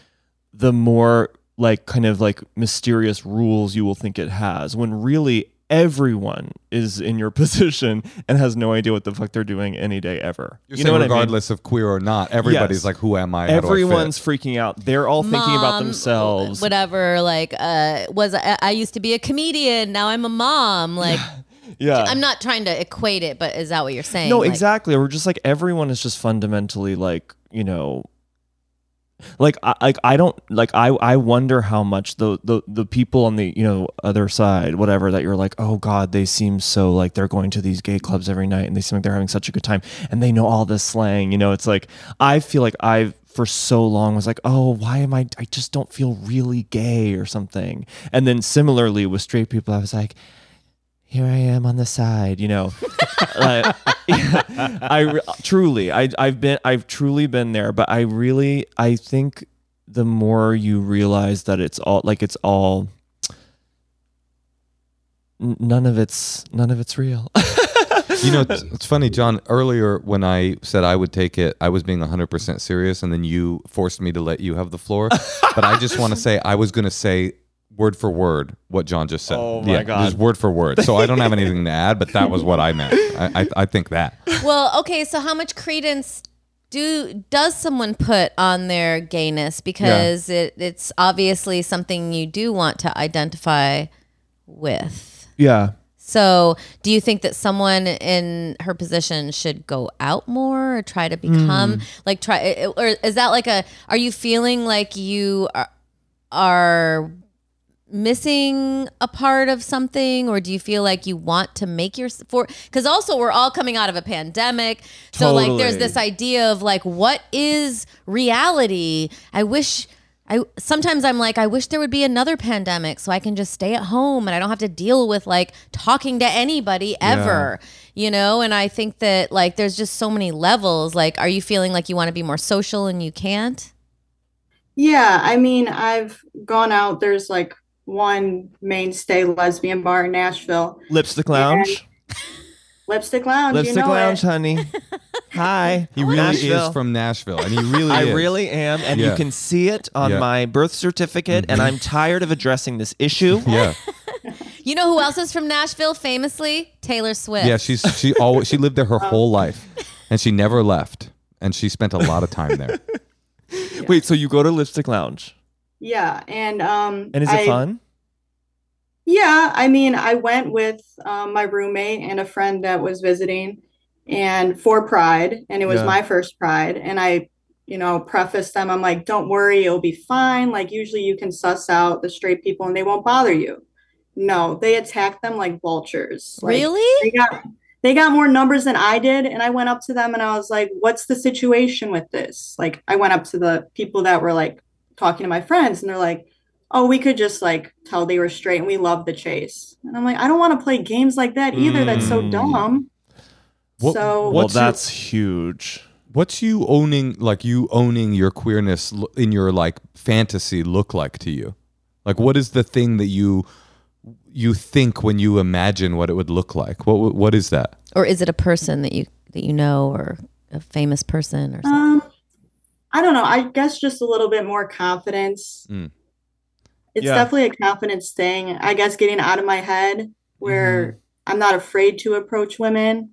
Speaker 3: the more like kind of like mysterious rules you will think it has when really everyone is in your position and has no idea what the fuck they're doing any day ever
Speaker 1: You're
Speaker 3: you know
Speaker 1: saying
Speaker 3: what I mean?
Speaker 1: regardless of queer or not, everybody's
Speaker 3: Yes.
Speaker 1: like, who am I? How do I fit?
Speaker 3: everyone's freaking out they're all thinking about
Speaker 2: Mom,
Speaker 3: themselves
Speaker 2: Whatever, like, uh, was I, I used to be a comedian? Now I'm a mom. Like,
Speaker 3: yeah
Speaker 2: I'm not trying to equate it, but is that what you're saying?
Speaker 3: No,
Speaker 2: Like,
Speaker 3: exactly. We're just like everyone is just fundamentally like you know, like I like I don't like I I wonder how much the the the people on the you know other side whatever that you're like oh god they seem so like they're going to these gay clubs every night and they seem like they're having such a good time and they know all this slang you know it's like I feel like I've for so long was like oh why am I I just don't feel really gay or something and then similarly with straight people I was like here I am on the side, you know. Uh, I re- truly, I, I've been, I've truly been there, but I really, I think the more you realize that it's all, like it's all, n- none of it's, none of it's real.
Speaker 1: you know, it's, it's funny, John. Earlier, when I said I would take it, I was being 100% serious, and then you forced me to let you have the floor. but I just want to say, I was going to say word for word what John just said.
Speaker 3: Oh, my God.
Speaker 1: Just word for word. So I don't have anything to add, but that was what I meant. I, I, I think that.
Speaker 2: Well, okay, so how much credence do does someone put on their gayness because it, it's obviously something you do want to identify with.
Speaker 3: yeah.
Speaker 2: So, do you think that someone in her position should go out more or try to become like try or is that like a are you feeling like you are, are missing a part of something or do you feel like you want to make your for cuz also we're all coming out of a pandemic so like there's
Speaker 3: Totally.
Speaker 2: this idea of like what is reality i wish i sometimes i'm like i wish there would be another pandemic so i can just stay at home and i don't have to deal with like talking to anybody ever you know and i think that like there's just so many levels like are you feeling like you want to be more social and you can't
Speaker 4: Yeah, I mean, I've gone out, there's like one mainstay lesbian bar in Nashville,
Speaker 3: Lipstick Lounge,
Speaker 4: Lipstick Lounge,
Speaker 3: Lipstick
Speaker 4: you know
Speaker 3: Lounge,
Speaker 4: it.
Speaker 3: honey. Hi.
Speaker 1: He really
Speaker 3: Nashville.
Speaker 1: is from Nashville, and he really
Speaker 3: I
Speaker 1: is.
Speaker 3: really am, and
Speaker 1: Yeah.
Speaker 3: you can see it on
Speaker 1: Yeah. Mm-hmm.
Speaker 3: my birth certificate. And I'm tired of addressing this issue.
Speaker 1: Yeah,
Speaker 2: you know who else is from nashville famously taylor swift
Speaker 1: yeah. She's she always she lived there her whole life, and she never left. And she spent a lot of time there.
Speaker 3: Wait, so you go to Lipstick Lounge,
Speaker 4: Yeah, and um
Speaker 3: and is it
Speaker 4: I-
Speaker 3: fun?
Speaker 4: Yeah, I mean, I went with um, my roommate and a friend that was visiting, and for Pride, and it was
Speaker 3: Yeah.
Speaker 4: my first Pride. And I, you know, preface them, I'm like, don't worry, it'll be fine. Like, usually you can suss out the straight people and they won't bother you. No, they attacked them like vultures. Like,
Speaker 2: really?
Speaker 4: They got they got more numbers than I did. And I went up to them and I was like, what's the situation with this? Like I went up to the people that were like talking to my friends and they're like, oh, we could just like tell they were straight and we love the chase. And I'm like, I don't want to play games like that either. That's so
Speaker 3: Mm.
Speaker 4: dumb.
Speaker 1: What-
Speaker 4: so
Speaker 1: What's your-
Speaker 3: well, that's huge.
Speaker 1: What's you owning, like you owning your queerness l- in your like fantasy look like to you? Like, what is the thing that you you think when you imagine what it would look like? What w- what is that?
Speaker 2: Or is it a person that you that you know or a famous person or something?
Speaker 4: um I don't know. I guess just a little bit more confidence.
Speaker 1: Mm.
Speaker 4: It's
Speaker 3: Yeah.
Speaker 4: definitely a confidence thing. I guess getting out of my head where I'm not afraid to approach women.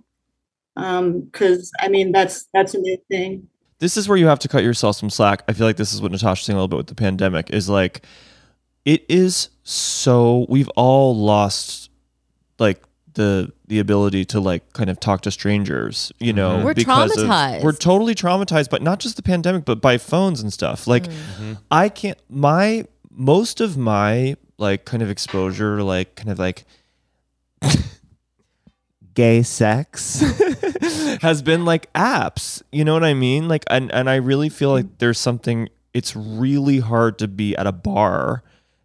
Speaker 4: Um, because I mean that's that's a new thing.
Speaker 3: this is where you have to cut yourself some slack. I feel like this is what Natasha's saying a little bit with the pandemic is like it is so we've all lost like the the ability to like kind of talk to strangers, you know.
Speaker 1: Mhm.
Speaker 2: We're
Speaker 3: because of-
Speaker 2: traumatized.
Speaker 3: we're totally traumatized, but not just the pandemic, but by phones and stuff. Like
Speaker 2: Hmm.
Speaker 3: I can't my most of my like kind of exposure, like kind of like gay sex has been like apps. You know what I mean? Like and and I really feel like there's something it's really hard to be at a bar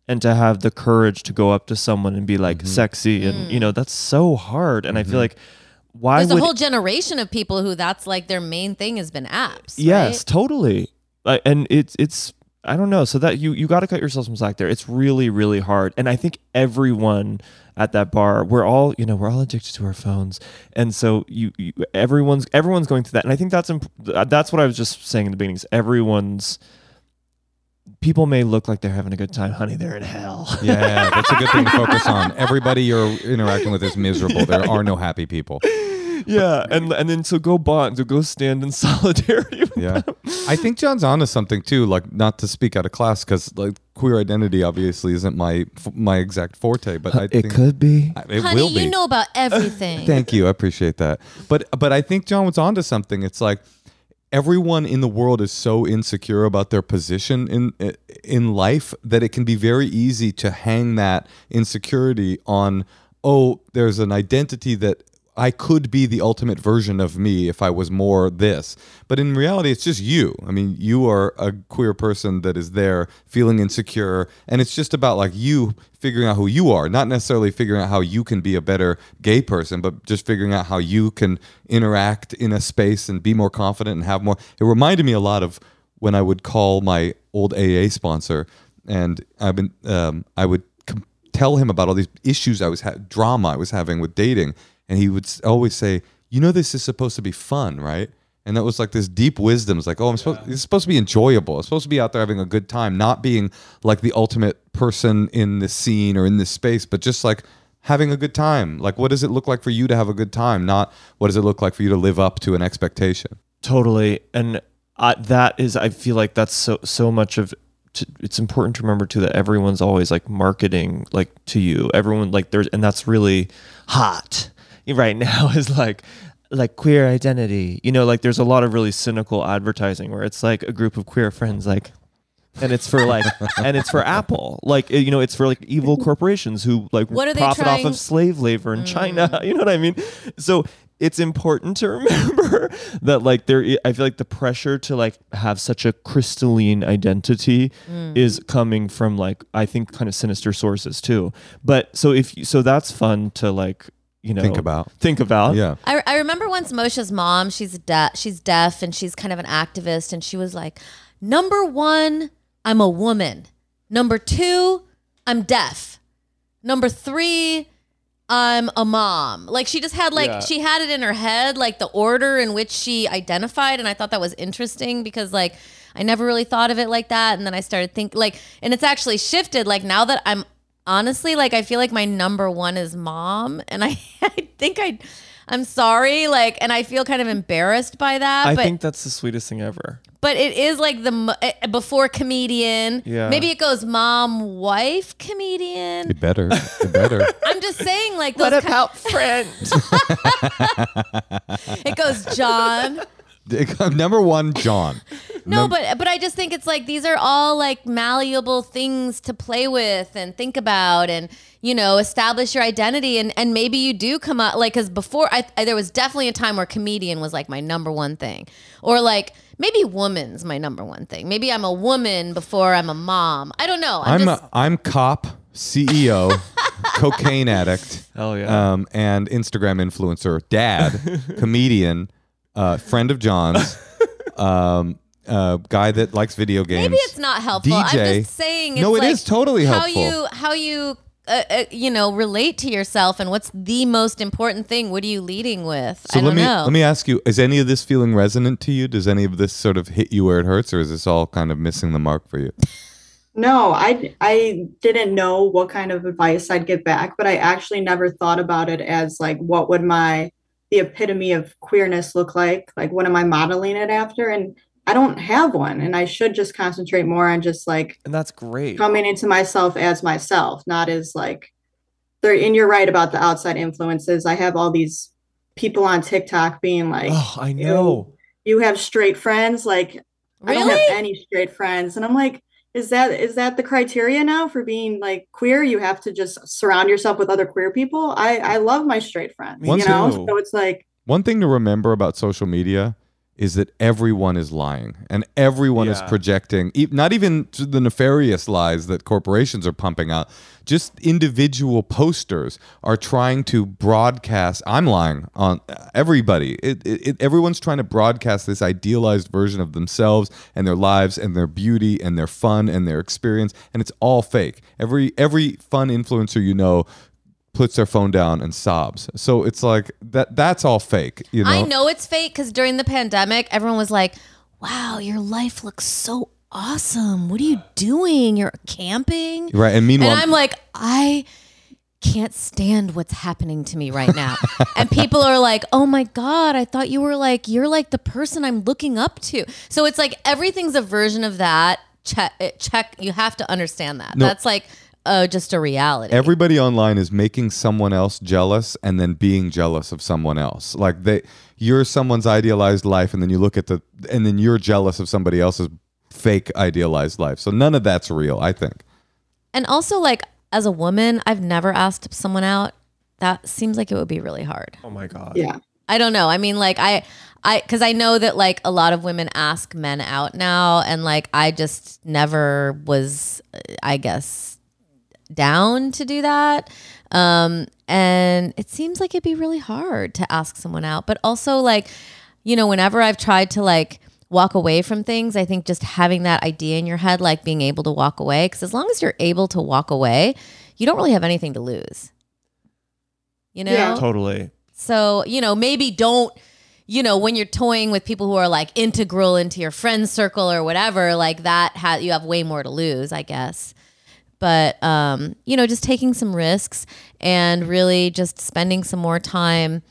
Speaker 3: and to have the courage to go up to someone and be like sexy and you know that's so hard and I feel like why
Speaker 2: There's a
Speaker 3: would
Speaker 2: whole generation of people who that's like their main thing has been apps.
Speaker 3: Yes, totally. I- and it's it's I don't know. So that you you got to cut yourself some slack there. It's really really hard. And I think everyone at that bar, we're all you know we're all addicted to our phones, and so you, you everyone's everyone's going through that. And I think that's imp- that's what I was just saying in the beginning. Is everyone's people may look like they're having a good time, honey. They're in hell.
Speaker 1: Yeah, that's a good thing to focus on. Everybody you're interacting with is miserable. There are no happy people.
Speaker 3: yeah, and and then so go bond, so go stand in solidarity. with
Speaker 1: Yeah. I think John's onto something too. Like, not to speak out of class, because like queer identity obviously isn't my f- my exact forte, but I think
Speaker 3: be.
Speaker 1: I- it
Speaker 2: Honey,
Speaker 1: will be.
Speaker 2: you know about everything.
Speaker 1: Thank you, I appreciate that. But but I think John was onto something. It's like everyone in the world is so insecure about their position in in life that it can be very easy to hang that insecurity on. Oh, there's an identity that I could be the ultimate version of me if I was more this. But in reality, it's just you. I mean, you are a queer person that is there feeling insecure. And it's just about like you figuring out who you are, not necessarily figuring out how you can be a better gay person, but just figuring out how you can interact in a space and be more confident and have more. It reminded me a lot of when I would call my old AA sponsor and I've been, um, I would com- tell him about all these issues I was ha- drama I was having with dating, and he would s- always say, "You know, this is supposed to be fun, right?" And that was like this deep wisdom. It's like, oh, I'm supposed it's supposed to be enjoyable. It's supposed to be out there having a good time, not being like the ultimate person in this scene or in this space, but just like having a good time. Like, what does it look like for you to have a good time? Not what does it look like for you to live up to an expectation.
Speaker 3: Totally, and I, that is, I feel like that's so so much of. To, it's important to remember too that everyone's always like marketing like to you. Everyone like there's, and that's really hot right now is like like queer identity. You know, like there's a lot of really cynical advertising where it's like a group of queer friends like. And it's for like, and it's for Apple, like you know, it's for like evil corporations who like
Speaker 2: What are they
Speaker 3: profit off
Speaker 2: trying-
Speaker 3: of slave labor in China.
Speaker 2: Mm.
Speaker 3: You know what I mean? So it's important to remember that like there i I feel like the pressure to like have such a crystalline identity
Speaker 2: Mm.
Speaker 3: is coming from like I think kind of sinister sources too. But so if you, so that's fun to like, you know,
Speaker 1: Think about.
Speaker 3: Think about.
Speaker 1: Yeah.
Speaker 2: I, I remember once Moshe's mom, she's deaf, she's deaf and she's kind of an activist and she was like, "Number 1, I'm a woman. Number 2, I'm deaf. Number 3, I'm a mom." Like she just had like
Speaker 3: Yeah.
Speaker 2: she had it in her head like the order in which she identified and I thought that was interesting because like I never really thought of it like that and then I started think like and it's actually shifted like now that I'm honestly like i feel like my number one is mom and i, I think i i'm sorry like and i feel kind of embarrassed by that
Speaker 3: I
Speaker 2: Uh, but
Speaker 3: think that's the sweetest thing ever.
Speaker 2: But it is like the mo- eh, before comedian.
Speaker 3: Yeah.
Speaker 2: Maybe it goes mom, wife, comedian.
Speaker 1: It better. It better.
Speaker 2: I'm just saying, like those
Speaker 3: What
Speaker 2: ki-
Speaker 3: about friend?
Speaker 2: it goes John.
Speaker 1: Number one, John.
Speaker 2: No,
Speaker 1: Num-
Speaker 2: but but I just think it's like these are all like malleable things to play with and think about and you know establish your identity and and maybe you do come out like because before I, I- there was definitely a time where comedian was like my number one thing or like maybe woman's my number one thing maybe I'm a woman before I'm a mom I don't know I'm,
Speaker 1: I'm
Speaker 2: just
Speaker 1: a, I'm cop, CEO, cocaine addict,
Speaker 3: Hell yeah.
Speaker 1: um, and Instagram influencer, dad, comedian, uh, friend of John's, um, uh, guy that likes video games.
Speaker 2: maybe it's not helpful I'm
Speaker 1: DJ.
Speaker 2: just saying it's
Speaker 1: no, it is
Speaker 2: like
Speaker 1: totally
Speaker 2: how
Speaker 1: helpful.
Speaker 2: you how you. Uh, uh, you know, relate to yourself and what's the most important thing? What are you leading with?
Speaker 1: so
Speaker 2: I
Speaker 1: let
Speaker 2: don't
Speaker 1: me
Speaker 2: know.
Speaker 1: let me ask you: Is any of this feeling resonant to you? Does any of this sort of hit you where it hurts, or is this all kind of missing the mark for you?
Speaker 4: No, I I didn't know what kind of advice I'd get back, but I actually never thought about it as like what would my the epitome of queerness look like? Like what am I modeling it after? And I don't have one, and I should just concentrate more on just like
Speaker 3: and that's great.
Speaker 4: coming into myself as myself, not as like there and you're right about the outside influences. I have all these people on TikTok being like,
Speaker 3: Oh, I know.
Speaker 4: you have straight friends, like I don't
Speaker 2: Really?
Speaker 4: have any straight friends. And I'm like, is that is that the criteria now for being like queer? You have to just surround yourself with other queer people. I I love my straight friends,
Speaker 3: Me
Speaker 4: you know.
Speaker 3: too.
Speaker 4: So it's like
Speaker 1: One thing to remember about social media is that everyone is lying and everyone is
Speaker 3: Yeah.
Speaker 1: projecting, e- not even to the nefarious lies that corporations are pumping out. Just individual posters are trying to broadcast. I'm lying on uh, everybody. It, it, it, everyone's trying to broadcast this idealized version of themselves and their lives and their beauty and their fun and their experience, and it's all fake. Every every fun influencer you know puts their phone down and sobs. So it's like that that's all fake, you know.
Speaker 2: I know it's fake because during the pandemic, everyone was like, wow, your life looks so awesome. What are you doing? You're camping?
Speaker 1: Right. And meanwhile,
Speaker 2: And I'm like, I can't stand what's happening to me right now. and people are like, oh my God, I thought you were like, you're like the person I'm looking up to. So it's like everything's a version of that. Check, check. You have to understand that.
Speaker 1: No.
Speaker 2: That's like uh, just a reality.
Speaker 1: everybody online is making someone else jealous and then being jealous of someone else. Like they you're someone's idealized life and then you look at the and then you're jealous of somebody else's fake idealized life. So none of that's real, I think.
Speaker 2: And also, like, as a woman, I've never asked someone out. That seems like it would be really hard.
Speaker 3: Oh my god.
Speaker 4: yeah.
Speaker 2: I don't know. I mean, like, I, I, because I know that, like, a lot of women ask men out now. And, like, I just never was, uh, I guess, down to do that. Um, and it seems like it'd be really hard to ask someone out. But also, like, you know, whenever I've tried to, like, walk away from things, I think just having that idea in your head, like being able to walk away, because as long as you're able to walk away, you don't really have anything to lose. You know?
Speaker 4: Yeah.
Speaker 3: Totally.
Speaker 2: So, you know, maybe don't, you know, when you're toying with people who are like integral into your friend circle or whatever, like that ha- you have way more to lose, I guess. But um, you know, just taking some risks and really just spending some more time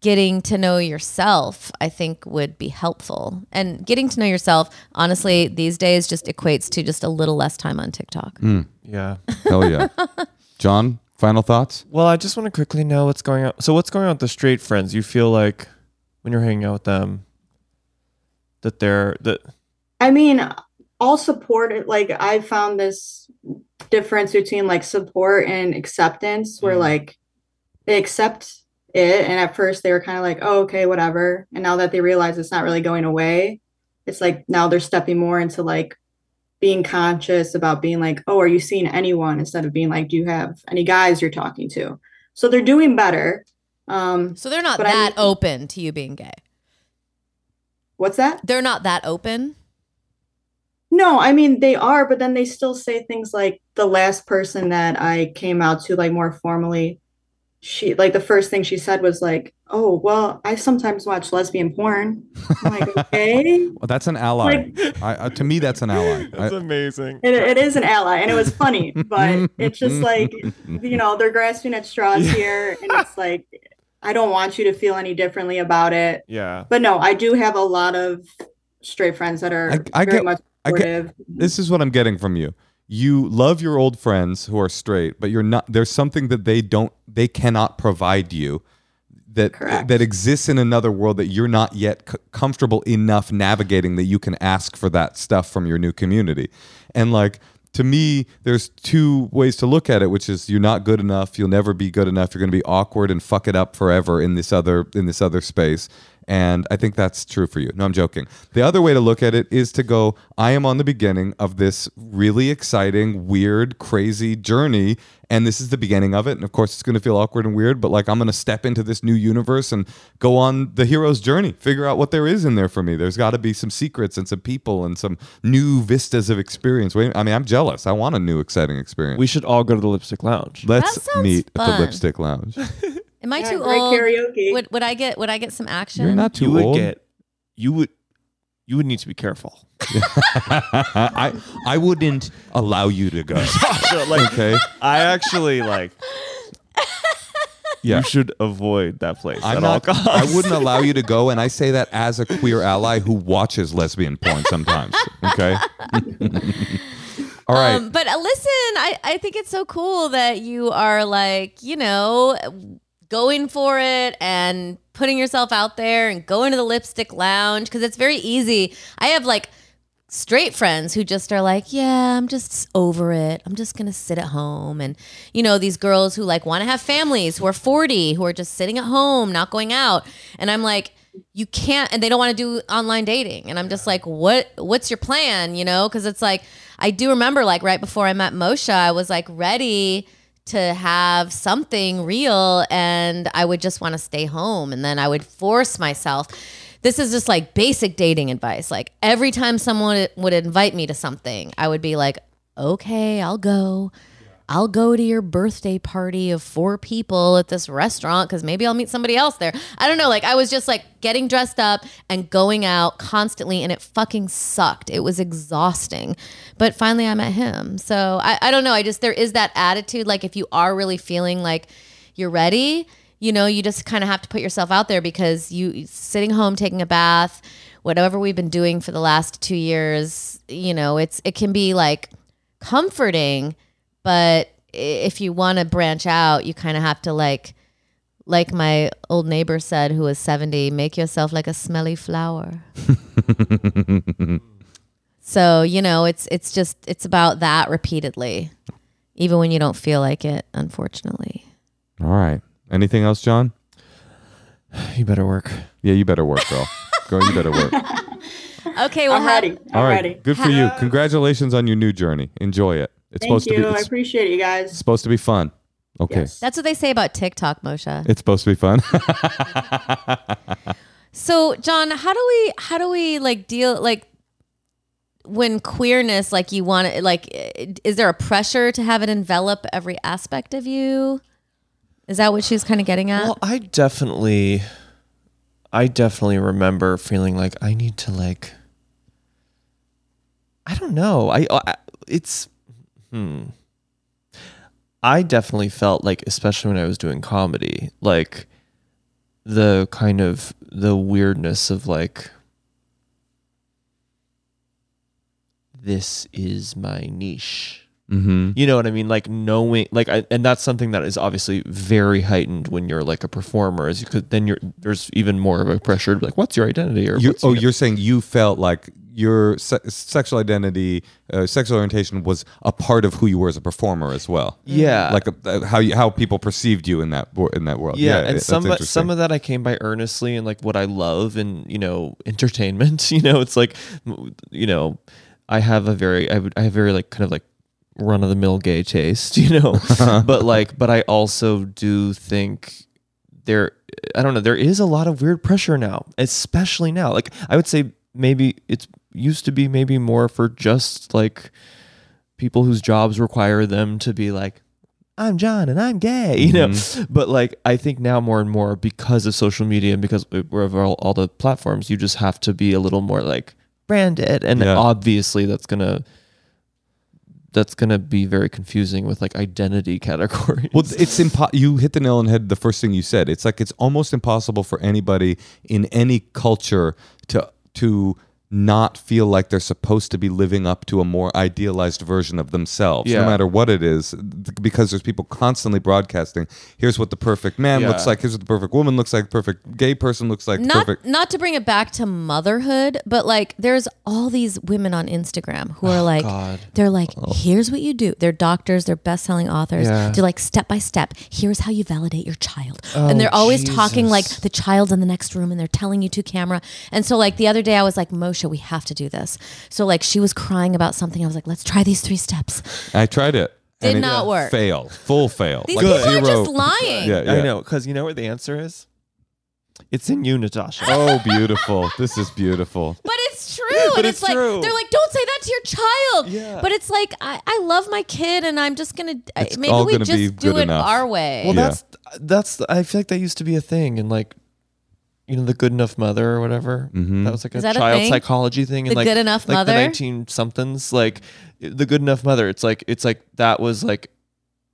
Speaker 2: getting to know yourself, I think would be helpful. And getting to know yourself, honestly, these days just equates to just a little less time on TikTok.
Speaker 3: Yeah.
Speaker 1: Hell yeah. John, final thoughts?
Speaker 3: Well, I just want to quickly know what's going on. So, what's going on with the straight friends? You feel like when you're hanging out with them that they're that
Speaker 4: I mean, all support, like I found this difference between like support and acceptance where
Speaker 3: Mhm.
Speaker 4: like they accept it and at first they were kind of like, oh, okay, whatever. And now that they realize it's not really going away, it's like now they're stepping more into like being conscious about being like, oh, are you seeing anyone instead of being like, do you have any guys you're talking to? So they're doing better. Um,
Speaker 2: So they're not
Speaker 4: But I
Speaker 2: that
Speaker 4: mean-
Speaker 2: open to you being gay.
Speaker 4: what's that?
Speaker 2: They're not that open.
Speaker 4: No, I mean they are, but then they still say things like the last person that I came out to like more formally, she like the first thing she said was like, "Oh, well, I sometimes watch lesbian porn." I'm like, "Okay."
Speaker 1: Well, that's an ally. I, I, to me, that's an ally.
Speaker 3: That's amazing.
Speaker 4: It, it is an ally and it was funny, but it's just like, you know, they're grasping at straws here and it's like I don't want you to feel any differently about it.
Speaker 3: Yeah.
Speaker 4: But no, I do have a lot of straight friends that are
Speaker 1: I- I
Speaker 4: very
Speaker 1: get-
Speaker 4: much
Speaker 1: I get-
Speaker 4: supportive.
Speaker 1: This is what I'm getting from you. You love your old friends who are straight, but you're not there's something that they don't they cannot provide you that
Speaker 4: Correct.
Speaker 1: that exists in another world that you're not yet c- comfortable enough navigating that you can ask for that stuff from your new community. And like to me, there's two ways to look at it, which is you're not good enough, you'll never be good enough, you're going to be awkward and fuck it up forever in this other in this other space. And I think that's true for you. No, I'm joking. The other way to look at it is to go, I am on the beginning of this really exciting, weird, crazy journey. And this is the beginning of it. And of course, it's going to feel awkward and weird, but like I'm going to step into this new universe and go on the hero's journey, figure out what there is in there for me. There's got to be some secrets and some people and some new vistas of experience. Wait, I mean, I'm jealous. I want a new, exciting experience.
Speaker 3: We should all go to the Lipstick Lounge.
Speaker 1: Let's
Speaker 2: sounds
Speaker 1: meet at
Speaker 2: fun.
Speaker 1: the Lipstick Lounge.
Speaker 2: Am I
Speaker 4: Yeah,
Speaker 2: too
Speaker 4: great
Speaker 2: old?
Speaker 4: karaoke.
Speaker 2: Would, would I get would I get some action?
Speaker 1: You're not too
Speaker 3: you would
Speaker 1: old.
Speaker 3: get you would you would need to be careful.
Speaker 1: I I wouldn't allow you to go.
Speaker 3: So, like
Speaker 1: Okay.
Speaker 3: I actually like
Speaker 1: Yeah.
Speaker 3: you should avoid that place
Speaker 1: I'm
Speaker 3: at
Speaker 1: not,
Speaker 3: all
Speaker 1: I
Speaker 3: costs.
Speaker 1: wouldn't allow you to go, and I say that as a queer ally who watches lesbian porn sometimes. Okay. All right.
Speaker 2: Um, but uh, listen, I, I think it's so cool that you are like, you know, going for it and putting yourself out there and going to the lipstick lounge because it's very easy. I have like straight friends who just are like, yeah, I'm just over it. I'm just going to sit at home. And, you know, these girls who like want to have families who are 40, who are just sitting at home, not going out. And I'm like, you can't and they don't want to do online dating and i'm just like what what's your plan you know because it's like i do remember like right before i met moshe i was like ready to have something real and i would just want to stay home and then i would force myself this is just like basic dating advice like every time someone would invite me to something i would be like okay i'll go I'll go to your birthday party of four people at this restaurant because maybe I'll meet somebody else there. I don't know. Like, I was just like getting dressed up and going out constantly, and it fucking sucked. It was exhausting. But finally, I met him. So I, I don't know. I just, there is that attitude. Like, if you are really feeling like you're ready, you know, you just kind of have to put yourself out there because you sitting home taking a bath, whatever we've been doing for the last two years, you know, it's, it can be like, comforting but i- if you want to branch out you kind of have to like like my old neighbor said who was 70 make yourself like a smelly flower so you know it's it's just it's about that repeatedly even when you don't feel like it unfortunately
Speaker 1: All right. Anything else, John?
Speaker 3: You better work.
Speaker 1: Yeah, you better work, girl. girl, you better work.
Speaker 2: okay well
Speaker 4: I'm ready. I'm
Speaker 1: All right.
Speaker 4: ready.
Speaker 1: Good for you. Congratulations on your new journey. Enjoy it. It's
Speaker 4: Thank
Speaker 1: supposed to
Speaker 4: you.
Speaker 1: be.
Speaker 4: I
Speaker 1: It's
Speaker 4: appreciate you guys.
Speaker 1: supposed to be fun. Okay.
Speaker 4: Yes.
Speaker 2: that's what they say about tiktok moshe
Speaker 1: It's supposed to be fun.
Speaker 2: So, John, how do we how do we like deal like when queerness like you want it like i- is there a pressure to have it envelop every aspect of you? Is that what she's kind of getting at?
Speaker 3: Well, I definitely, I definitely remember feeling like I need to like, I don't know. I, I it's, hmm. I definitely felt like, especially when I was doing comedy, like the kind of the weirdness of like, this is my niche.
Speaker 1: mm-hmm.
Speaker 3: You know what I mean? Like knowing, like, I, and that's something that is obviously very heightened when you're like a performer, is because then you're there's even more of a pressure. to be Like, what's your identity? Or
Speaker 1: You,
Speaker 3: what's,
Speaker 1: oh,
Speaker 3: know-
Speaker 1: you're saying you felt like your se- sexual identity, uh, sexual orientation was a part of who you were as a performer as well.
Speaker 3: yeah,
Speaker 1: like a, uh, how you, how people perceived you in that wor- in that world.
Speaker 3: yeah,
Speaker 1: it-
Speaker 3: and
Speaker 1: that's
Speaker 3: some of-
Speaker 1: interesting.
Speaker 3: some of that I came by earnestly and like what I love and you know entertainment. You know, it's like m- you know, I have a very I, would, I have very like kind of like run of the mill gay taste. You know, but like but I also do think there I don't know there is a lot of weird pressure now, especially now. Like I would say maybe it's used to be maybe more for just like people whose jobs require them to be like I'm John and I'm gay, you know.
Speaker 1: Mm-hmm.
Speaker 3: But like, I think now more and more because of social media and because of all, all the platforms, you just have to be a little more like branded, and
Speaker 1: Yeah.
Speaker 3: obviously that's gonna that's gonna be very confusing with like identity categories.
Speaker 1: Well, it's impo- you hit the nail on the head. The first thing you said, it's like it's almost impossible for anybody in any culture to to not feel like they're supposed to be living up to a more idealized version of themselves, no
Speaker 3: Yeah.
Speaker 1: matter what it is, th- because there's people constantly broadcasting. Here's what the perfect man looks
Speaker 3: Yeah.
Speaker 1: like. Here's what the perfect woman looks like. Perfect gay person looks like.
Speaker 2: not
Speaker 1: perfect.
Speaker 2: not to bring it back to motherhood, but like there's all these women on Instagram who are like
Speaker 3: Oh, God. Oh.
Speaker 2: they're like, here's what you do. They're doctors, they're best selling authors.
Speaker 3: Yeah. Oh,
Speaker 2: They're like step by step, here's how you validate your child. and they're always talking like
Speaker 3: Jesus.
Speaker 2: the child's in the next room and they're telling you to camera. And so like the other day I was like, Moshe, we have to do this. So like she was crying about something. I was like, let's try these three steps.
Speaker 1: I tried it.
Speaker 2: Did
Speaker 1: and it
Speaker 2: not work.
Speaker 1: Fail. Full fail.
Speaker 2: These
Speaker 1: Like
Speaker 2: people are
Speaker 1: zero-
Speaker 2: just lying.
Speaker 1: Yeah, yeah.
Speaker 3: I know, because you know where the answer is? It's in you, Natasha.
Speaker 1: Oh, beautiful. this is beautiful.
Speaker 2: But it's true.
Speaker 3: But
Speaker 2: and it's,
Speaker 3: it's
Speaker 2: like
Speaker 3: true.
Speaker 2: they're like, don't say that to your child.
Speaker 3: Yeah.
Speaker 2: But it's like I, I love my kid and I'm just gonna I-
Speaker 1: It's
Speaker 2: maybe
Speaker 1: all
Speaker 2: we
Speaker 1: gonna
Speaker 2: just
Speaker 1: be
Speaker 2: do
Speaker 1: good
Speaker 2: it
Speaker 1: enough.
Speaker 2: our way.
Speaker 3: Well,
Speaker 1: Yeah.
Speaker 3: that's that's. I feel like that used to be a thing, and like, you know, the good enough mother or whatever.
Speaker 1: Mhm.
Speaker 3: That was like
Speaker 2: Is
Speaker 3: a
Speaker 2: that a
Speaker 3: child
Speaker 2: thing?
Speaker 3: psychology thing.
Speaker 2: The
Speaker 3: and like
Speaker 2: good enough
Speaker 3: like
Speaker 2: mother?
Speaker 3: the nineteen somethings, like the good enough mother. It's like it's like that was like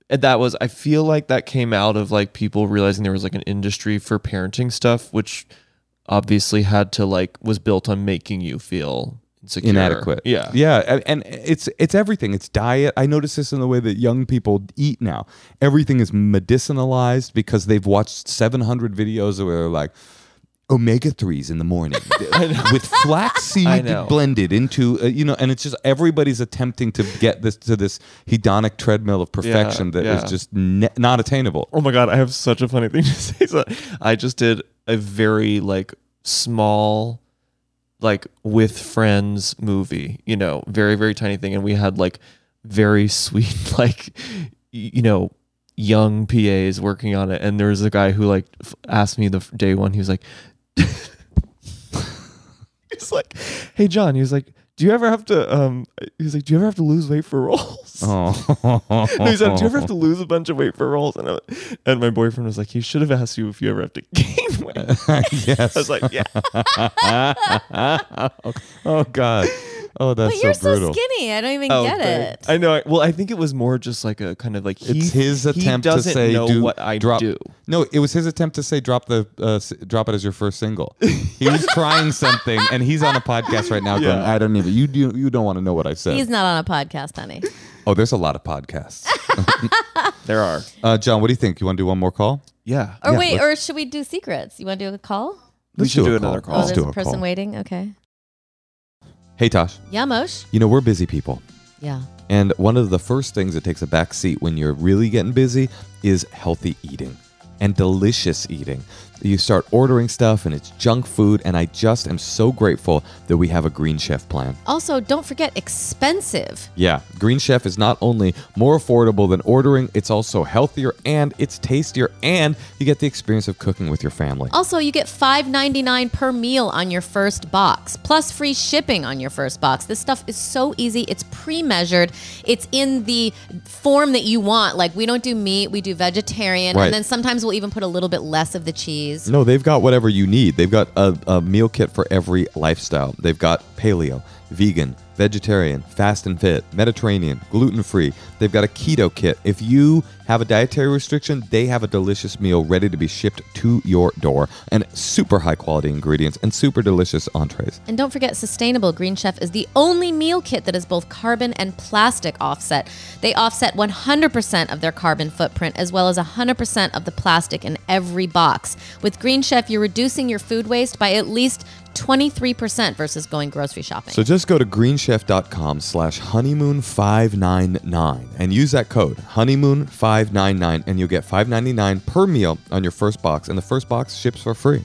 Speaker 3: eh, that was. I feel like that came out of like people realizing there was like an industry for parenting stuff, which obviously had to like was built on making you feel insecure,
Speaker 1: inadequate.
Speaker 3: Yeah,
Speaker 1: yeah, a- and it's it's everything. It's diet. I notice this in the way that young people eat now. Everything is medicinalized because they've watched 700 videos where they're like omega threes in the morning with
Speaker 3: I
Speaker 1: flaxseed
Speaker 3: know.
Speaker 1: blended into uh, you know, and it's just everybody's attempting to get this to this hedonic treadmill of perfection that is
Speaker 3: yeah.
Speaker 1: just ne- not attainable.
Speaker 3: Oh my god, I have such a funny thing to say. So I just did a very like small like with friends movie, you know, very very tiny thing and we had like very sweet like y- you know young PAs working on it and there was a guy who like f- asked me the f- day one he was like he's like hey John he was like do you ever have to um he was like do you ever have to lose weight for roles
Speaker 1: Oh,
Speaker 3: no, he said, "Do you ever have to lose a bunch of weight for rolls?" And, I, and my boyfriend was like, "He should have asked you if you ever have to gain weight." I
Speaker 1: yes.
Speaker 3: was like, "Yeah."
Speaker 1: oh God. Oh, that's
Speaker 2: But you're
Speaker 1: so
Speaker 2: so,
Speaker 1: brutal.
Speaker 2: skinny. I don't even
Speaker 3: Oh,
Speaker 2: get it.
Speaker 3: thanks. I know. I- Well, I think it was more just like a kind of like he,
Speaker 1: It's his attempt
Speaker 3: he
Speaker 1: to
Speaker 3: doesn't
Speaker 1: say,
Speaker 3: know
Speaker 1: do,
Speaker 3: what I
Speaker 1: drop.
Speaker 3: do.
Speaker 1: No, it was his attempt to say, drop the, uh, s- drop it as your first single. He was trying something, and he's on a podcast right now going,
Speaker 3: Yeah.
Speaker 1: I don't even. You do. You don't want to know what I said.
Speaker 2: He's not on a podcast, honey.
Speaker 1: oh, there's a lot of podcasts.
Speaker 3: There are.
Speaker 1: uh, John, what do you think? You want to do one more call?
Speaker 3: Yeah.
Speaker 2: Or
Speaker 1: Yeah,
Speaker 2: wait,
Speaker 1: let's-
Speaker 2: or should we do secrets? You want to do a call?
Speaker 3: We should do
Speaker 1: a
Speaker 3: another call.
Speaker 2: oh,
Speaker 1: Let's
Speaker 2: there's
Speaker 1: do
Speaker 2: a
Speaker 1: a
Speaker 2: person
Speaker 1: call.
Speaker 2: waiting. Okay.
Speaker 1: Hey, Tosh.
Speaker 2: Yeah, Mosh.
Speaker 1: You know we're busy people.
Speaker 2: Yeah.
Speaker 1: And one of the first things that takes a back seat when you're really getting busy is healthy eating and delicious eating. You start ordering stuff and it's junk food, and I just am so grateful that we have a Green Chef plan.
Speaker 2: Also, don't forget expensive.
Speaker 1: Yeah, Green Chef is not only more affordable than ordering, it's also healthier and it's tastier, and you get the experience of cooking with your family.
Speaker 2: Also, you get $5.99 per meal on your first box, plus free shipping on your first box. This stuff is so easy. It's pre measured, it's in the form that you want. Like, we don't do meat, we do vegetarian.
Speaker 1: Right.
Speaker 2: And then sometimes we'll even put a little bit less of the cheese.
Speaker 1: No, they've got whatever you need. They've got a, a meal kit for every lifestyle. They've got paleo, vegan, vegetarian, fast and fit, Mediterranean, gluten free. They've got a keto kit. If you have a dietary restriction, they have a delicious meal ready to be shipped to your door and super high quality ingredients and super delicious entrees.
Speaker 2: And don't forget, Sustainable Green Chef is the only meal kit that is both carbon and plastic offset. They offset 100% of their carbon footprint as well as 100% of the plastic in every box. With Green Chef, you're reducing your food waste by at least 23% versus going grocery shopping.
Speaker 1: So just go to greenchef.com slash honeymoon599 and use that code honeymoon599 and you'll get 599 per meal on your first box and the first box ships for free.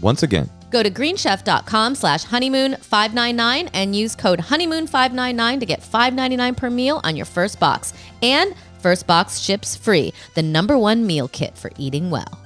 Speaker 1: Once again,
Speaker 2: Go to greenchef.com slash honeymoon599 and use code honeymoon599 to get $5.99 per meal on your first box. And first box ships free, the number one meal kit for eating well.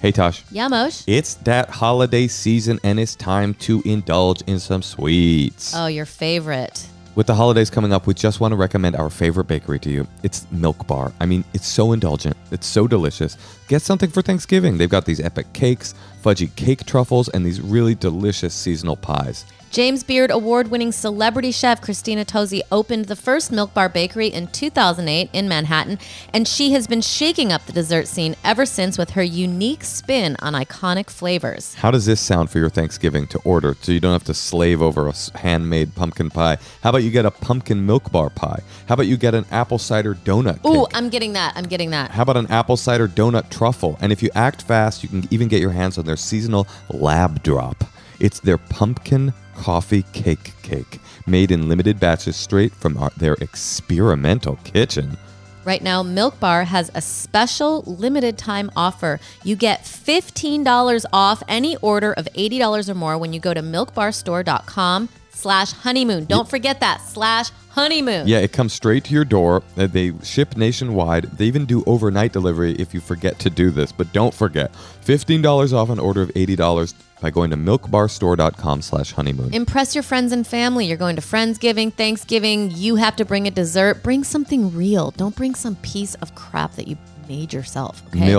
Speaker 1: hey Tosh.
Speaker 2: Yamosh?
Speaker 1: It's that holiday season and it's time to indulge in some sweets.
Speaker 2: Oh, your favorite.
Speaker 1: With the holidays coming up, we just want to recommend our favorite bakery to you. It's Milk Bar. I mean, it's so indulgent, it's so delicious. Get something for Thanksgiving. They've got these epic cakes, fudgy cake truffles, and these really delicious seasonal pies.
Speaker 2: James Beard award winning celebrity chef Christina Tozzi opened the first Milk Bar Bakery in 2008 in Manhattan, and she has been shaking up the dessert scene ever since with her unique spin on iconic flavors.
Speaker 1: How does this sound for your Thanksgiving to order so you don't have to slave over a s- handmade pumpkin pie? How about you get a pumpkin milk bar pie? How about you get an apple cider donut?
Speaker 2: Ooh,
Speaker 1: cake?
Speaker 2: I'm getting that. I'm getting that.
Speaker 1: How about an apple cider donut truffle? And if you act fast, you can even get your hands on their seasonal lab drop. It's their pumpkin coffee cake cake, made in limited batches straight from our, their experimental kitchen.
Speaker 2: Right now, Milk Bar has a special limited time offer. You get $15 off any order of $80 or more when you go to milkbarstore.com slash honeymoon. Don't forget that, slash honeymoon.
Speaker 1: Yeah, it comes straight to your door. Uh, They ship nationwide. They even do overnight delivery if you forget to do this. But don't forget, $15 off an order of $80 by going to milkbarstore.com slash honeymoon.
Speaker 2: Impress your friends and family. You're going to Friendsgiving, Thanksgiving. You have to bring a dessert. Bring something real. Don't bring some piece of crap that you made yourself. Okay.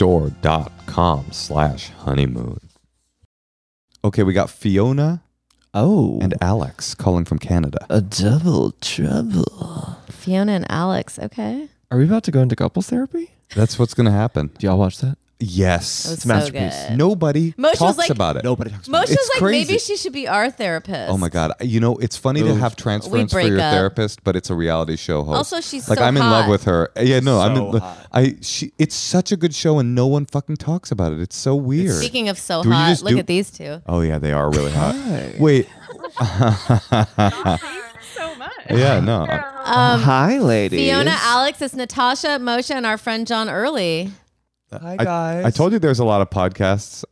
Speaker 1: Milkbarstore.com slash honeymoon. Okay, we got Fiona
Speaker 3: Oh,
Speaker 1: and Alex calling from Canada.
Speaker 3: a double trouble.
Speaker 2: Fiona and Alex. Okay.
Speaker 3: Are we about to go into couples therapy?
Speaker 1: That's what's going to happen.
Speaker 3: Do y'all watch that?
Speaker 1: Yes.
Speaker 2: That was
Speaker 3: a masterpiece.
Speaker 2: So good.
Speaker 1: Nobody
Speaker 2: Moshe was
Speaker 1: talks
Speaker 2: like-
Speaker 1: about it.
Speaker 3: Nobody talks
Speaker 2: Moshe's
Speaker 1: It's
Speaker 2: like,
Speaker 1: crazy.
Speaker 2: maybe she should be our therapist.
Speaker 1: Oh my god! You know, it's funny to
Speaker 3: Oof.
Speaker 1: have transference for
Speaker 2: break
Speaker 1: your
Speaker 2: up.
Speaker 1: therapist, but it's a reality show host.
Speaker 2: Also, she's
Speaker 1: like
Speaker 2: so
Speaker 1: I'm in
Speaker 2: hot.
Speaker 1: love with her. Yeah, no, I'm
Speaker 3: So
Speaker 1: in,
Speaker 3: hot.
Speaker 1: I she it's such a good show and no one fucking talks about it. It's so weird.
Speaker 2: Speaking of so
Speaker 1: Do you
Speaker 2: hot,
Speaker 1: just
Speaker 2: look
Speaker 1: do-
Speaker 2: at these two.
Speaker 1: oh yeah, they are really hot.
Speaker 3: Hi.
Speaker 1: Wait.
Speaker 5: Thanks so much.
Speaker 1: yeah, no.
Speaker 2: Um,
Speaker 3: Hi, ladies.
Speaker 2: Fiona, Alex, it's Natasha, Moshe, and our friend John Early.
Speaker 3: Hi,
Speaker 1: I-
Speaker 3: guys.
Speaker 1: I told you there's a lot of podcasts.